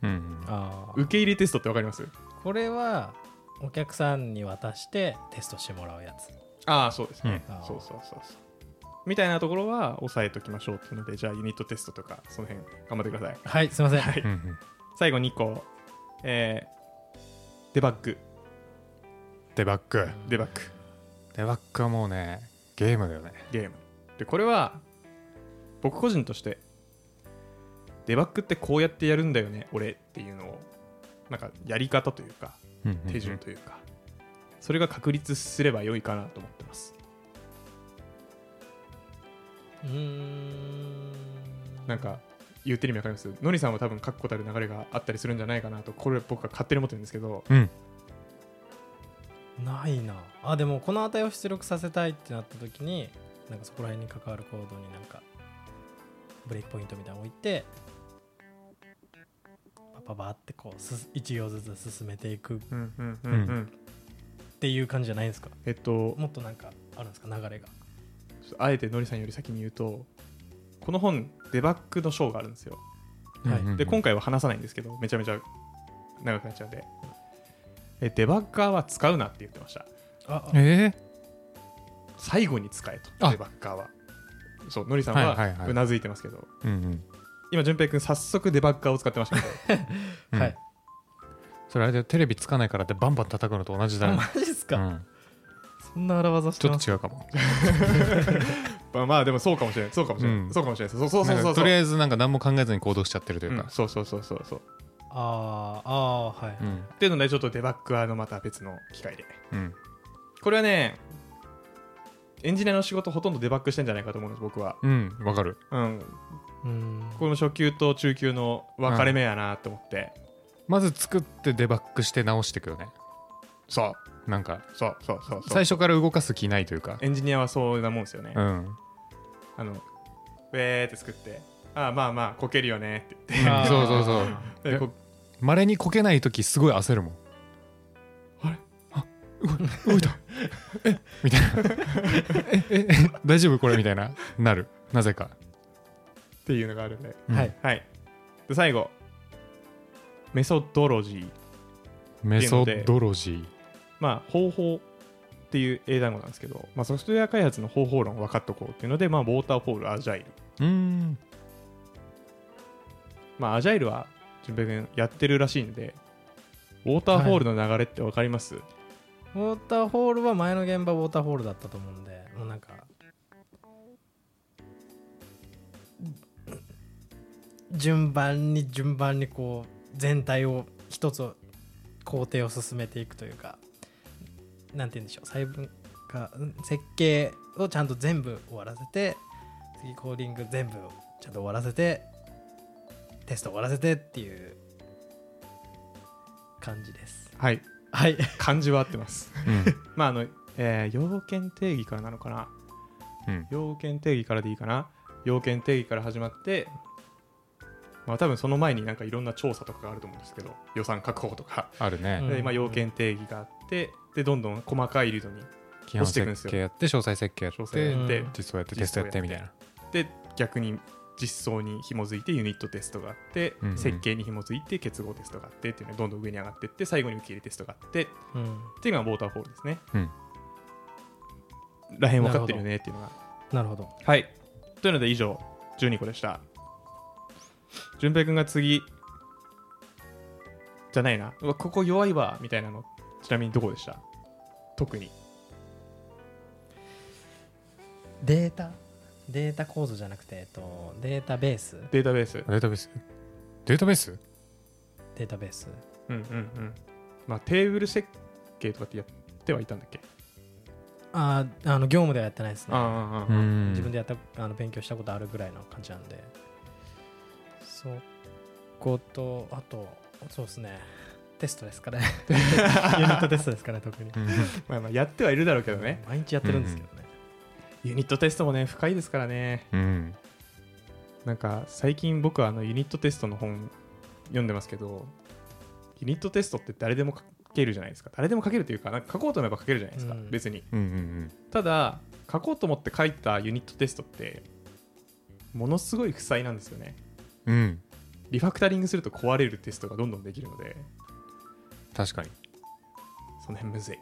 うん
あー
受け入れテストってわかります
これはお客さんに渡してテストしてもらうやつ
ああそうですね、
うん
そうそうそうそうみたいなところは押さえときましょうっていうのでじゃあユニットテストとかその辺頑張ってください
はいすいません、
はい
うん
最後2個えーデバッグ
デバッグ
デバッグ
デバッグはもうねゲームだよね
ゲームでこれは僕個人としてデバッグってこうやってやるんだよね俺っていうのをなんかやり方というか手順というか、それが確立すれば良いかなと思ってます
うーん
なんか言ってる意味わかりますのりさんは多分確固たる流れがあったりするんじゃないかなとこれ僕は勝手に思ってるんですけど
うん
ないなあでもこの値を出力させたいってなった時になんかそこら辺に関わるコードになんかブレイクポイントみたいなの置いてパパパってこうす1行ずつ進めていくっ
うんうんうん
うん
ていう感じじゃないんですか
えっと
もっとなんかあるんですか流
ちょ
れが
っとあえてのりさんより先に言うとこの本デバッグの章があるんですよ
はい
うんうん
で今回は話さないんですけどめちゃめちゃ長くなっちゃうんでえデバッガーは使うなって言ってました
ああ
え
最後に使えと
あ
デバッガーはそうのりさんは
はいはいはいう
なずいてますけど、
ーうんうん
今淳平君早速デバッガーを使ってま したけど
うん
はい
それあれでテレビつかないからってバンバン叩くのと同じだね
マジっす
う
か、
ん
そんな荒技し
ち
て
ょ
ま
っ
す
と違うかも
まあまあでもそうかもしれないそうかもしれない、
うん
そうかもしれないそうそうそう
な
そ
んか
う
と
そう
りあえずなんか何も考えずに行動しちゃってるといううんか、
そうそうそうそうそうっ
あーあーはい、
うん
ていうのでちょっとデバッグはあのまた別の機会で
うん
これはねエンジニアの仕事ほとんどデバッグしてんじゃないかと思うんです僕は、
うんわかる
うん、
うん
この初級と中級の分かれ目やなと思って、
まず作ってデバッグして直していくよね
そう
なんか
そうそうそうそう
最初から動かす気ないというか
エンジニアはそうなもんですよね、
うん
あのウェーって作ってああまあまあこけるよねって言
あ ー
そうそうそう
ってでこ
まれにこけない時すごい焦るもん
あれ
あう動いたえみたいなえええ大丈夫これみたいななるなぜか、
っていうのがあるんで
うん
はい
はいで最後メソドロジー
メソドロジー
まあ方法っていう英単語なんですけど、まあ、ソフトウェア開発の方法論を分かっとこうっていうので、まあ、ウォーターフォールアジャイル
うーん
まあアジャイルは純平君やってるらしいんでウォーターフォールの流れって分かります、
ウォーターホールは前の現場ウォーターホールだったと思うんでもうなんか順番に順番にこう全体を一つを工程を進めていくというかなんて言うんでしょう細分化うん設計をちゃんと全部終わらせて次コーディング全部ちゃんと終わらせてテスト終わらせてっていう感じです
はい
はい
漢字は合ってます
うん
まああの、えー要件定義からなのかな、
うん
要件定義からでいいかな要件定義から始まってまあ多分その前になんかいろんな調査とかがあると思うんですけど予算確保とか、
ある ね、
うん
でまあ要件定義があってでどんどん細かいルートに
基本設計やって詳細設計や
詳
っ
細や
て
って、
うん
実装やってテストやってみたいな
で逆に実装に紐づいてユニットテストがあって、
うんうん
設計に紐づいて結合テストがあってっていうのがどんどん上に上がってって最後に受け入れテストがあって
うん
っていうのがウォーターフォールですね、
うん
らへん分かってるよねっていうのが
なるほど
はい。というので以上、12個でした。淳平くんが次、じゃないな、うわここ弱いわ、みたいなの、ちなみにどこでした特に。
データデータ構造じゃなくて、えっと、データベース
データベース。
データベースデータベース
データベース
うんうんうん。まあ、テーブル設計とかってやってはいたんだっけ、
あーあの業務ではやってないですね
ああ、ああ
ん
自分でやったあの勉強したことあるぐらいの感じなんでそことあとそうですねテストですかねユニットテストですかね特に
うん
まあまあ、やってはいるだろうけどね。
毎日やってるんですけどね、
ユニットテストもね、深いですからね。
うん
なんか、最近僕はあのユニットテストの本読んでますけど、ユニットテストって誰でも書けるじゃないですか。誰でも書けるというか、なんか書こうと思えば書けるじゃないですか、
うん
別に。
うんうん
ただ書こうと思って書いたユニットテストってものすごい負債なんですよね
うんうん
リファクタリングすると壊れるテストがどんどんできるので
確かに
その辺むずい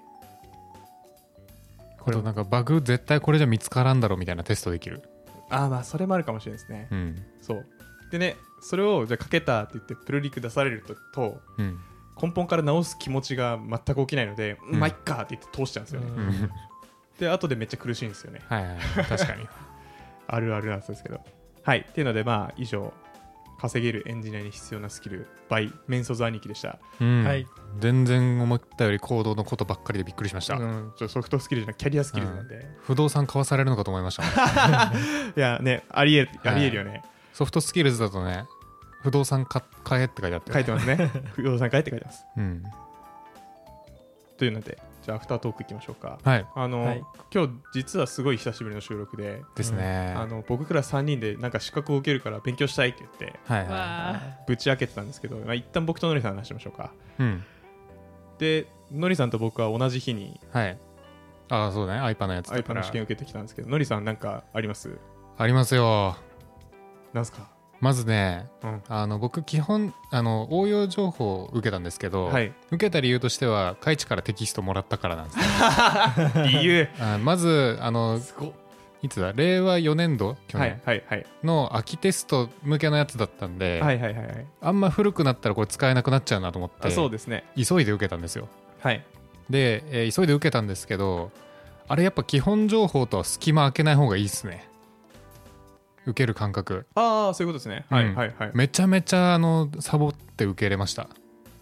これなんかバグ絶対これじゃ見つからんだろうみたいなテストできる
ああまあそれもあるかもしれないですね、
うん
そうでねそれをじゃあ書けたって言ってプルリク出されるとと
うん
根本から直す気持ちが全く起きないので、
ん
まあいっかって言って通しちゃうんですよね、
うん
うん
で後でめっちゃ苦しいんですよね
はいはいはい確かに
あるあるなんですけどはいっていうのでまあ以上稼げるエンジニアに必要なスキル by メンソズ兄貴でした
うん
はい
全然思ったより行動のことばっかりでびっくりしました
うん、ちょっとソフトスキルじゃなくキャリアスキルなんで、
不動産買わされるのかと思い ましたもん
いやねありえ
はい
ありえるよね、
ソフトスキルズだとね不動産買買えって書いてあったよ
書いてますね不動産書いて書いてます
うん
というのでじゃあアフタートークいきましょうか
はい
あの、
はい
今日実はすごい久しぶりの収録で、
ですね
あの僕ら3人でなんか資格を受けるから勉強したいって言って
はいは
あ
ぶち開けてたんですけど、まあ、一旦僕とのりさんの話しましょうか
いうん
でのりさんと僕は同じ日に
はいああそうだね iPad のやつだか
iPad の
ら
試験を受けてきたんですけどのりさんなんかあります
ありますよ
なんすか
まずね、
うん
あの僕基本あの応用情報を受けたんですけど、
はい
受けた理由としては海地からテキストもらったからなんですね
理由
あまずあの
すごっ
いつだ令和4年度 去
はいはい
年
はい
の秋テスト向けのやつだったんで、
はいはいはいはい
あんま古くなったらこれ使えなくなっちゃうなと思って
あそうですね
急いで受けたんですよ
はい
で、えー急いで受けたんですけどあれやっぱ基本情報とは隙間開けない方がいいですね受ける感覚
ああそういうことですね、は
う
い
ん
はいはい
めちゃめちゃあのサボって受け入れました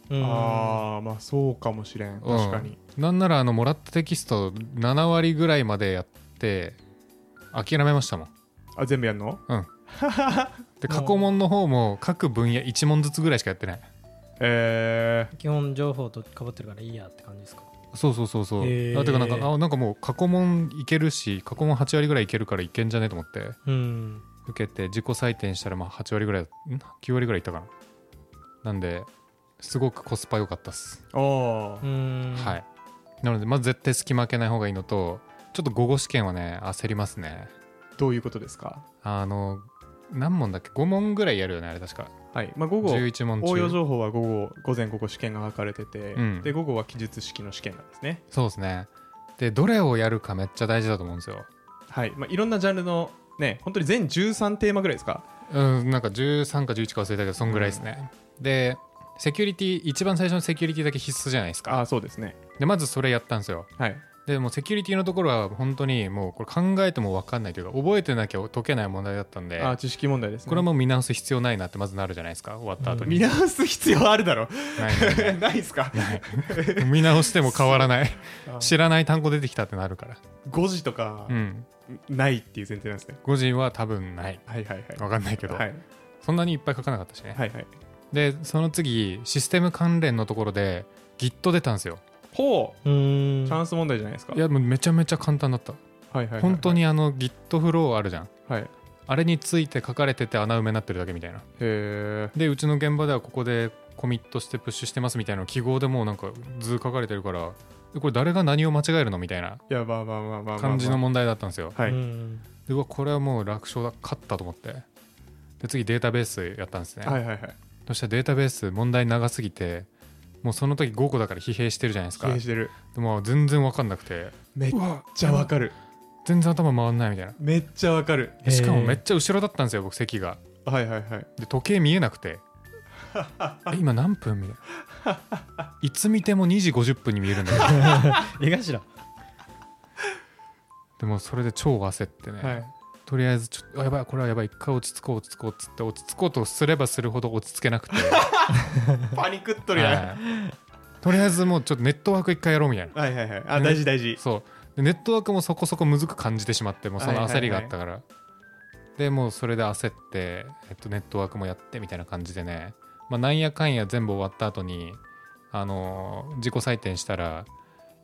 うん
ああまあそうかもしれん
うん
確かに、
なんならあのもらったテキスト7割ぐらいまでやって諦めましたもん
あ全部やるの
で過去問の方も各分野1問ずつぐらいしかやってない
え
基本情報とかぶってるからいいやって感じですか
そうそうそうそう、
へー
あてかなんかあなんかもう過去問いけるし過去問8割ぐらいいけるからいけんじゃねえと思って
うん
受けて自己採点したらまあ8割ぐらいん9割ぐらいいったかななんですごくコスパ良かったっす、
ー、ああ
うん
はいなのでまず絶対隙間開けない方がいいのとちょっと午後試験はね焦りますね
どういうことですか
あの何問だっけ5問ぐらいやるよねあれ確か
はいまあ午後
11問
応用
中
情報は午後午前午後試験が図れてて、
うん
で午後は記述式の試験なんですね
そうですねでどれをやるかめっちゃ大事だと思うんですよ
はい、まあ、いろんなジャンルのね本当に全13テーマぐらいですか
うんなんか13か11か忘れたけどそんぐらいですね、でセキュリティ一番最初のセキュリティだけ必須じゃないです
あ
か
あそうですね
でまずそれやったんですよ
はい
でもうセキュリティのところは本当にもうこれ考えても分かんないというか覚えてなきゃ解けない問題だったんで
あー知識問題ですね
これはもう見直す必要ないなってまずなるじゃないですか終わった後
見
に、
直す必要あるだ ろ
ないないない
ないですか
見直しても変わら ない
あー
知らない単語出てきたってなるから、
5時とか
うん、
ないっていう前提なんですね、
5時は多分ない
はいはいはい
分かんないけど、
はい
そんなにいっぱい書かなかったしね、
はいはい
でその次システム関連のところで Git 出たんですよ
ほう
うん
チャンス問題じゃないですか
いやもうめちゃめちゃ簡単だった
はいはいはいはい
本当にあの Git フローあるじゃん
はいへ
あれについて書かれてて穴埋めになってるだけみたいな
え
でうちの現場ではここでコミットしてプッシュしてますみたいなの記号でもうなんか図書かれてるからえこれ誰が何を間違えるのみたいない
やまあまあまあまあまあまあ
感じの問題だったんですよ
はい、
うん
でうわこれはもう楽勝だ勝ったと思ってで次データベースやったんですね、
はいはいはい
そしたらデータベース問題長すぎてもうその時5個だから疲弊してるじゃないです
疲
か
弊してる
でも全然分かんなくて
めっちゃわかる
全然頭回んないみたいな
めっちゃわかる
でしかもめ
っ
っちゃ後ろだったんですよ僕席が
はいはいはい
で時計見えなく てえ今何分みたいないつ見ても2時50分に見えるんだ けど
江頭
でもそれで超焦ってね、
はい
とりあえずちょっとあやばいこれはやばい一回落ち着こう落ち着こうっつって落ち着こうとすればするほど落ち着けなくて
パニックっ と
はいとりあえずもうちょっとネットワーク一回やろうみたいな
はいはいはいあ大事大事
そうでネットワークもそこそこむずく感じてしまってもうその焦りがあったから、でもうそれで焦って、えっと、ネットワークもやってみたいな感じでね、まあ、なんやかんや全部終わった後にあのー自己採点したら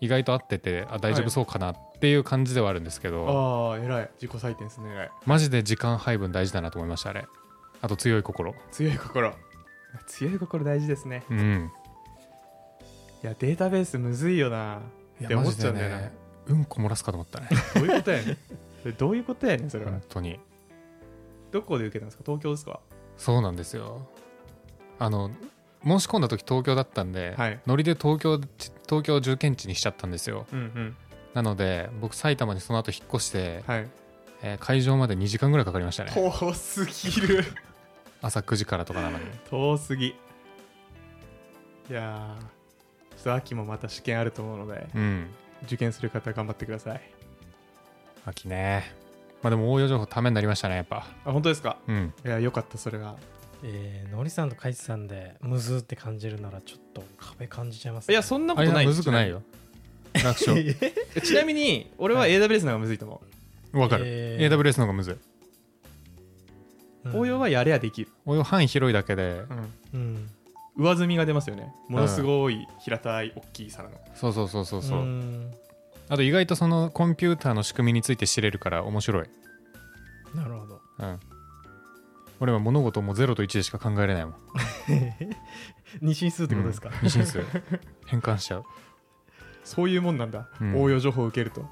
意外と合っててあ大丈夫そうかなっていう感じではあるんですけど、
ああ偉い自己採点ですね偉い
マジで時間配分大事だなと思いましたあれあと強い心
強い心強い心大事ですね
うん
いやデータベースむずいよなって思っちゃうんだよな、
うんこ漏らすかと思ったね
どういうことやねんそれどういうことやねんそれは、
本当に
どこで受けたんですか東京ですか
そうなんですよあの申し込んだ時東京だったんで、
はい
ノリで東京ち東京を重県地にしちゃったんですよ
うんうん
なので僕埼玉にその後引っ越して、
はい
えー会場まで2時間ぐらいかかりましたね
遠すぎる
朝9時からとかなのに
遠すぎいやーちょっと秋もまた試験あると思うので
うん
受験する方頑張ってください
秋ねまあでも応用情報ためになりましたねやっぱ
あ本当ですか
うん
いやよかったそれが
えー、のりさんとかいちさんでむずって感じるならちょっと壁感じちゃいます
いやそんなこ
あ
と
れ
ない
むずくないよ楽勝
ちなみに俺は AWS の方がむずいと思、
わかる、
えー
AWS の方がむずいう
応用はやれやできる、
応用範囲広いだけで
うん
上積みが出ますよねものすごい平たい大きい皿の、
そうそうそうそうそう、
ん
あと意外とそのコンピューターの仕組みについて知れるから面白い
なるほど
うん俺は物事をもう0と1でしか考えれないもん
二進数ってことですか、
二進数変換しちゃう
そういうもんなんだ、
うん
応用情報を受けると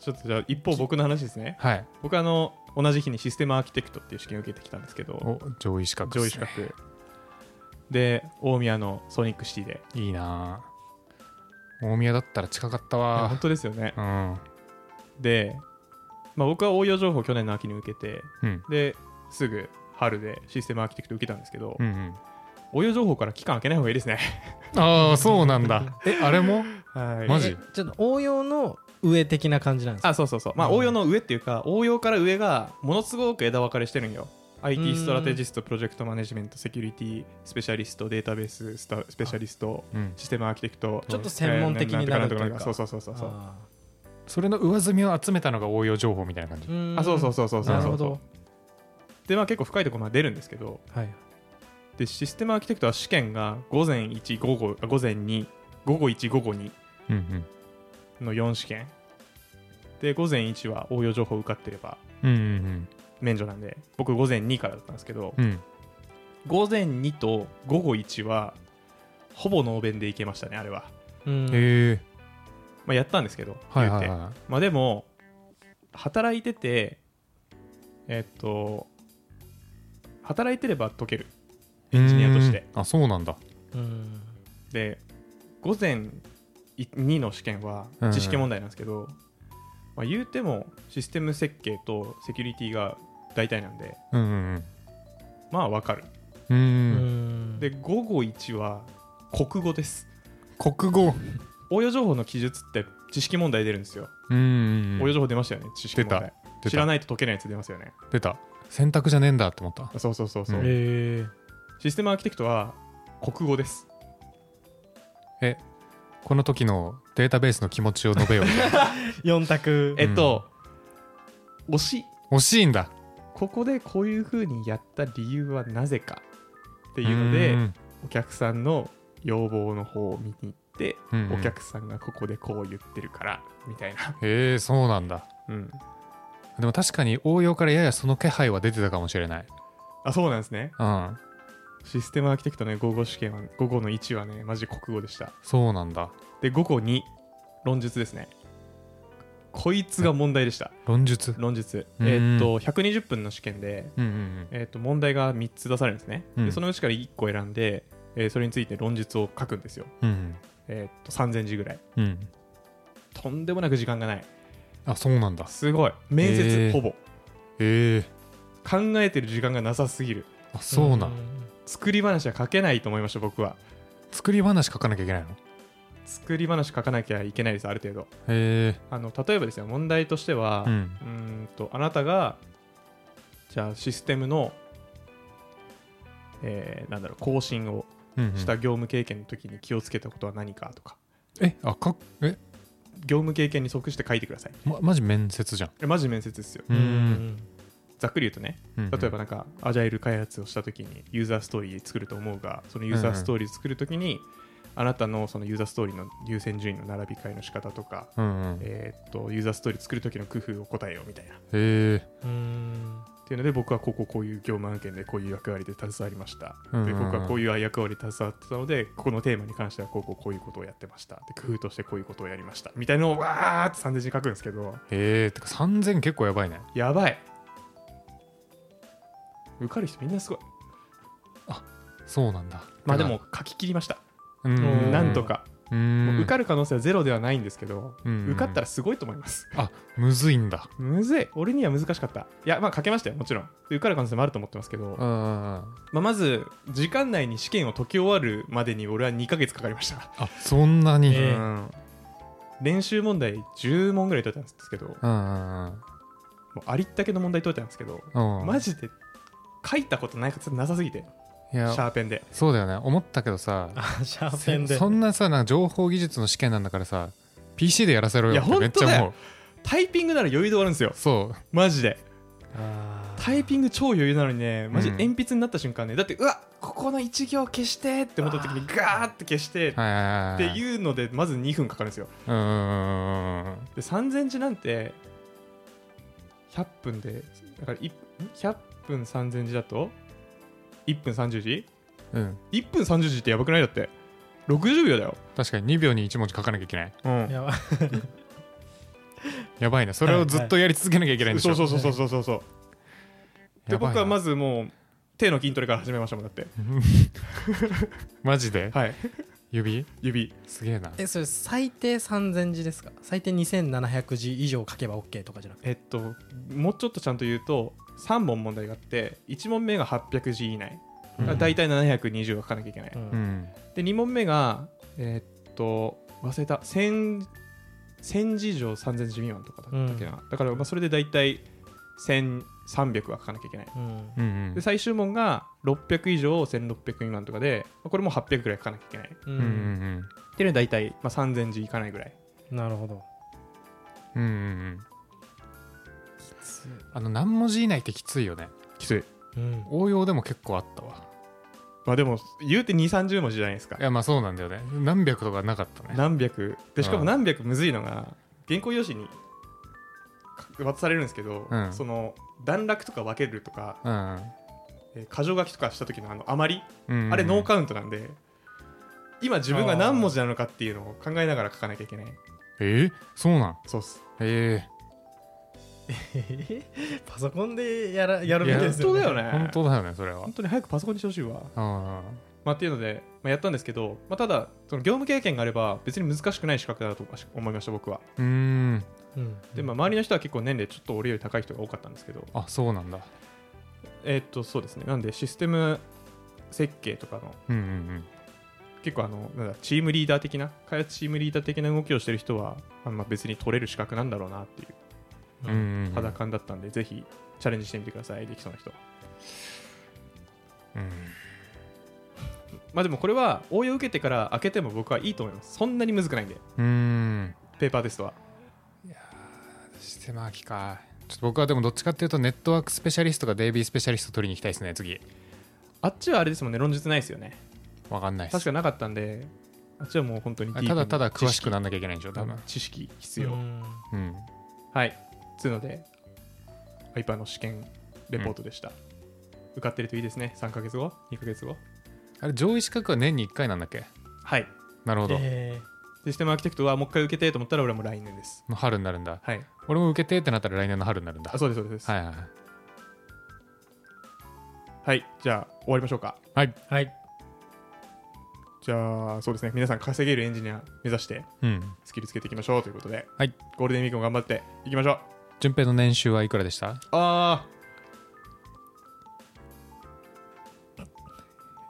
ちょっとじゃあ一方僕の話ですね
はい
僕あの同じ日にシステムアーキテクトっていう試験を受けてきたんですけど
お上位資格っ
上
す
位
ね
資格で大宮のソニックシティで
いいなぁ大宮だったら近かった
いや
わ
本当ですよね
うん
で、まあ、僕は応用情報を去年の秋に受けて
うん
ですぐ春でシステムアーキテクト受けたんですけど、
うんうん
応用情報から期間空けない方がいいですね
ああそうなんだ えあれも
はい
マジ
えちょっと応用の上的な感じなんですか
あそうそうそうまあ応用の上っていうか応用から上がものすごく枝分かれしてるんよ IT ストラテジストプロジェクトマネジメントセキュリティスペシャリストデータベーススタスペシャリスト
うん、
システムアーキテクト
ちょっと専門的になるというか
んとなんとなんとそうそうそうそう
あ
それの上積みを集めたのが応用情報みたいな感じ、
ー
あそうそううそうそうそう
なる
そ
ほ
う
ど
でまあ結構深いところまで出るんですけど
はい
でシステムアーキテクトは試験が午前1午後あ午前2午後1午後2
うんうん
の4試験で午前1は応用情報受かってれば
うんうん
免除なんで僕午前2からだったんですけど、
うんうん
午前2と午後1はほぼノーベンでいけましたねあれは、
うん
へえ
まあ、やったんですけど
はいは
言
い
うて
は
まあでも働いててえっと働いてれば解ける
い
エンジニアとして
うんあそうなんだ
うん
で午前2の試験は
うん
知識問題なんですけど、まあ、言うてもシステム設計とセキュリティが大体なんで
うんうん
まあわかる
うんう
うんん
で午後1は国語です
国語
応用情報の記述って知識問題出るんですよ、
うんうんう
応用
ん
情報出ましたよね知識問題
出
知ら
た
ないと解けないやつ出ますよね
出た選択じゃねえんだと思った
そうそうそうそう、
うん
へえ
システムアーキテクトは国語です
えこの時のデータベースの気持ちを述べようみ たいな
4択
えっと、推し
惜しいんだ
ここでこういうふうにやった理由はなぜかって
て
いうので、お客さんの要望の方を見に行って、
うんうん
お客さんがここでこう言ってるからみたいな、
へえそうなんだでも確かに応用からややその気配は出てたかもしれない
あそうなんですね
うん
システムアーキテクトね午後試験は午後の1はねマジ国語でした
そうなんだ
で午後2論述ですねこいつが問題でした
論述
論述
うん
えーっと120分の試験で
うんうん
えー、と問題が3つ出されるんですね、
うん
でそのうちから1個選んで、えーそれについて論述を書くんですよ、
うんうん
えー、と3000字ぐらい
うんうん
とんでもなく時間がない
あそうなんだ
すごい面接、
へー
ほぼ
へえ
考えてる時間がなさすぎる
あそうなん
作り話は書けないと思いました僕は
作り話書かなきゃいけないのへ
作り話書かなきゃいけないですある程度
え
あの例えばですよ問題としては、
うん
うーんとあなたがじゃあシステムの、えーなんだろう更新を
うんうん
した業務経験の時に気をつけたことは何かとか、
えあかえ
業務経験に即して書いてください
まマジ面接じゃん
えマジ面接ですよ
う
うんん
ざっくり言うとね
うん
例えばなんかアジャイル開発をした時にユーザーストーリー作ると思うがそのユーザーストーリー作る時にあなたのそのユーザーストーリーの優先順位の並び替えの仕方とか
うんうん
え
へ
ーっとユーザーストーリー作る時の工夫を答えようみたいなっ
え
うん
ていうので僕はこここういう業務案件でこういう役割で携わりました
うんうんう
で
ん
僕はこういう役割で携わってたのでここのテーマに関してはこうこうこういうことをやってましたで工夫としてこういうことをやりましたみたいなのをわーって3000字書くんですけど
へえてか3000結構やばいね
やばい受かる人みんなすごい
そうなんだ
まあでも書き切りました
う
うん
なんとか
う
もうん受かる可能性はゼロではないんですけど
うん
受かったらすごいと思います
あむずいんだ
むずい俺には難しかったいやまあ書けましたよもちろん受かる可能性もあると思ってますけど
うんうんうん
まあまず時間内に試験を解き終わるまでに俺は2ヶ月かかりました
あそんなに、
えー
うん練習問題10問ぐらい解いたんですけども
うん
うありったけの問題解いたんですけど
うんうん
マジで書いたことないことなさすぎて
い
シャ
や
ーペンで
そうだよね思ったけどさ
あシャーペン
せ
で
そんなさなんか情報技術の試験なんだからさ PC でやらせろよ
い
っ
や
てめっちゃ
ほん
思
と
う
タイピングなら余裕で終わるんですよ
そう
マジで
あー
タイピング超余裕なのにねマジ
うん
鉛筆になった瞬間ね、だってうわここの1行消してって思った時にガーって消してっ
はいはいは
て
いう
いうのでまず2分かかるんですよ
うんうんうん
で3000字なんて100分でだからいん100分3000字だと1分30字
うんうん
1分30字ってやばくないだって60秒だよ、
確かに2秒に1文字書かなきゃいけない
うん
やばい
やばいねそれをずっとやり続けなきゃいけないんでし
そ
ょ、
うそうそうそうそうそうそうで
やばい
僕
な
はまずもう手の筋トレから始めましたもんだ って
マジで
はい
指
指
すげえな
えそれ最低3000字ですか最低2700字以上書けば OK とかじゃなくて
えっと、もうちょっとちゃんと言うと3問問題があって1問目が800字以内、
うん
だいたい720は書かなきゃいけない、
うん
うん
で2問目がえっと忘れた1000 1000字以上3000字未満とかだったっけな、だからまあそれで大体1300は書かなきゃいけない
うん
うんうん
で最終問が600以上1600未満とかでまあこれも800ぐらい書かなきゃいけないっ
う
う
んうん
ん
ていうのは大体、まあ、3000字いかないぐらい
なるほど
うんうんうんあの何文字以内ってきついよね
きつい
うん
応用でも結構あったわ
まあでも言うて2 3 0文字じゃないですか
いやまあそうなんだよね何百とかなかったね
何百でしか
う
も
ん
何百むずいのが原稿用紙にか渡されるんですけど、
うん
その段落とか分けるとか、
うん
えー箇条書きとかした時のあの余り、
うんうん
あれノーカウントなんで今自分が何文字なのかっていうのを考えながら書かなきゃいけない
えーそうなん
そうっす
え
パソコンでやらやる
い
べ
や
き
本
ですよ
当
ね
だよね
え本当だよねそれは
本当に早くパソコンにしてほしいわ、
あ
まあ、っていうので、まあ、やったんですけど、まあ、ただその業務経験があれば別に難しくない資格だと思いました僕は
ーうーん
うん
で、まあ、周りの人は結構年齢ちょっと俺より高い人が多かったんですけど
あそうなんだ
えーっとそうですねなんでシステム設計とかの
うんうん
結構あのなんだチームリーダー的な開発チームリーダー的な動きをしてる人はあのまあ別に取れる資格なんだろうなっていう
うんうんうんうん
肌感だったんで、ぜひチャレンジしてみてくださいできそうな人は
うん
まあでもこれは応用受けてから開けても僕はいいと思いますそんなに難くないんで
うーん
ペーパーテストは
システム空きかちょっと僕はでもどっちかっていうとネットワークスペシャリストか DB スペシャリスト取りに行きたいですね次
あっちはあれですもんね論述ないですよね
わかんないっす
確かなかったんであっちはもう本当にディープ
た
に
だただ詳しく
知識
なんなきゃいけないんでしょ多分
知識必要、
うん
うん
はいつうので iPad の試験レポートでした、受かってるといいですね3ヶ月後2ヶ月後
あれ上位資格は年に1回なんだっけ
はい
なるほど、
え
システムアーキテクトはもう一回受けてと思ったら俺はもう来年です
の春になるんだ
はい
俺も受けてってなったら来年の春になるんだ
あそうですそうです
は
はい、
いはいはい
じゃあ終わりましょうか
ーはい
じゃあそうですね皆さん稼げるエンジニア目指して
うん
スキルつけていきましょうということで、
はい、
ゴールデンウィークも頑張っていきましょう
順平の年収はいくらでした
ああ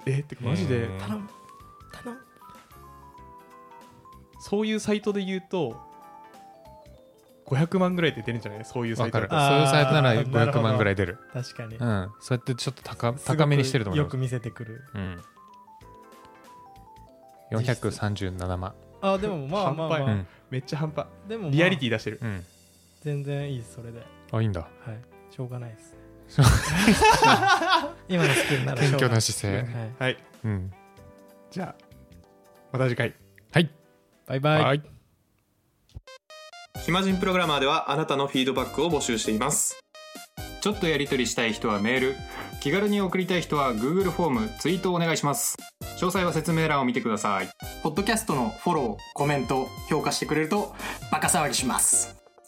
えってかマジで
うん
頼む頼む
そういうサイトで言うと500万ぐらいで出るんじゃないそういうサ
わ
イ
か
ト
る
だ
そ
と
あー
ういうサイトなら
なる
500
ほ
万
ど
ぐらい出る
確かに
うんそうやってちょっと高高めにしてると思い
よ
ます
く見せてくる
うん437万
あでもまあまあま
半
う
端
あ
ん
めっちゃ半端
でもまあ
リアリティ出してる
うん
全然いいですそれでは
あいいんだ
いしょうがないです
しょう
今のスキルなら
謙
しょう
虚
がな
ない姿勢
はい
はい
うん
じゃあまた次回
はい
バイバイ
はい
暇人プログラマーではあなたのフィードバックを募集しています
ちょっとやり取りしたい人はメール気軽に送りたい人は Google フォームツイートをお願いします詳細は説明欄を見てください
ポッドキャストのフォロー、コメント、評価してくれるとバカ騒ぎします。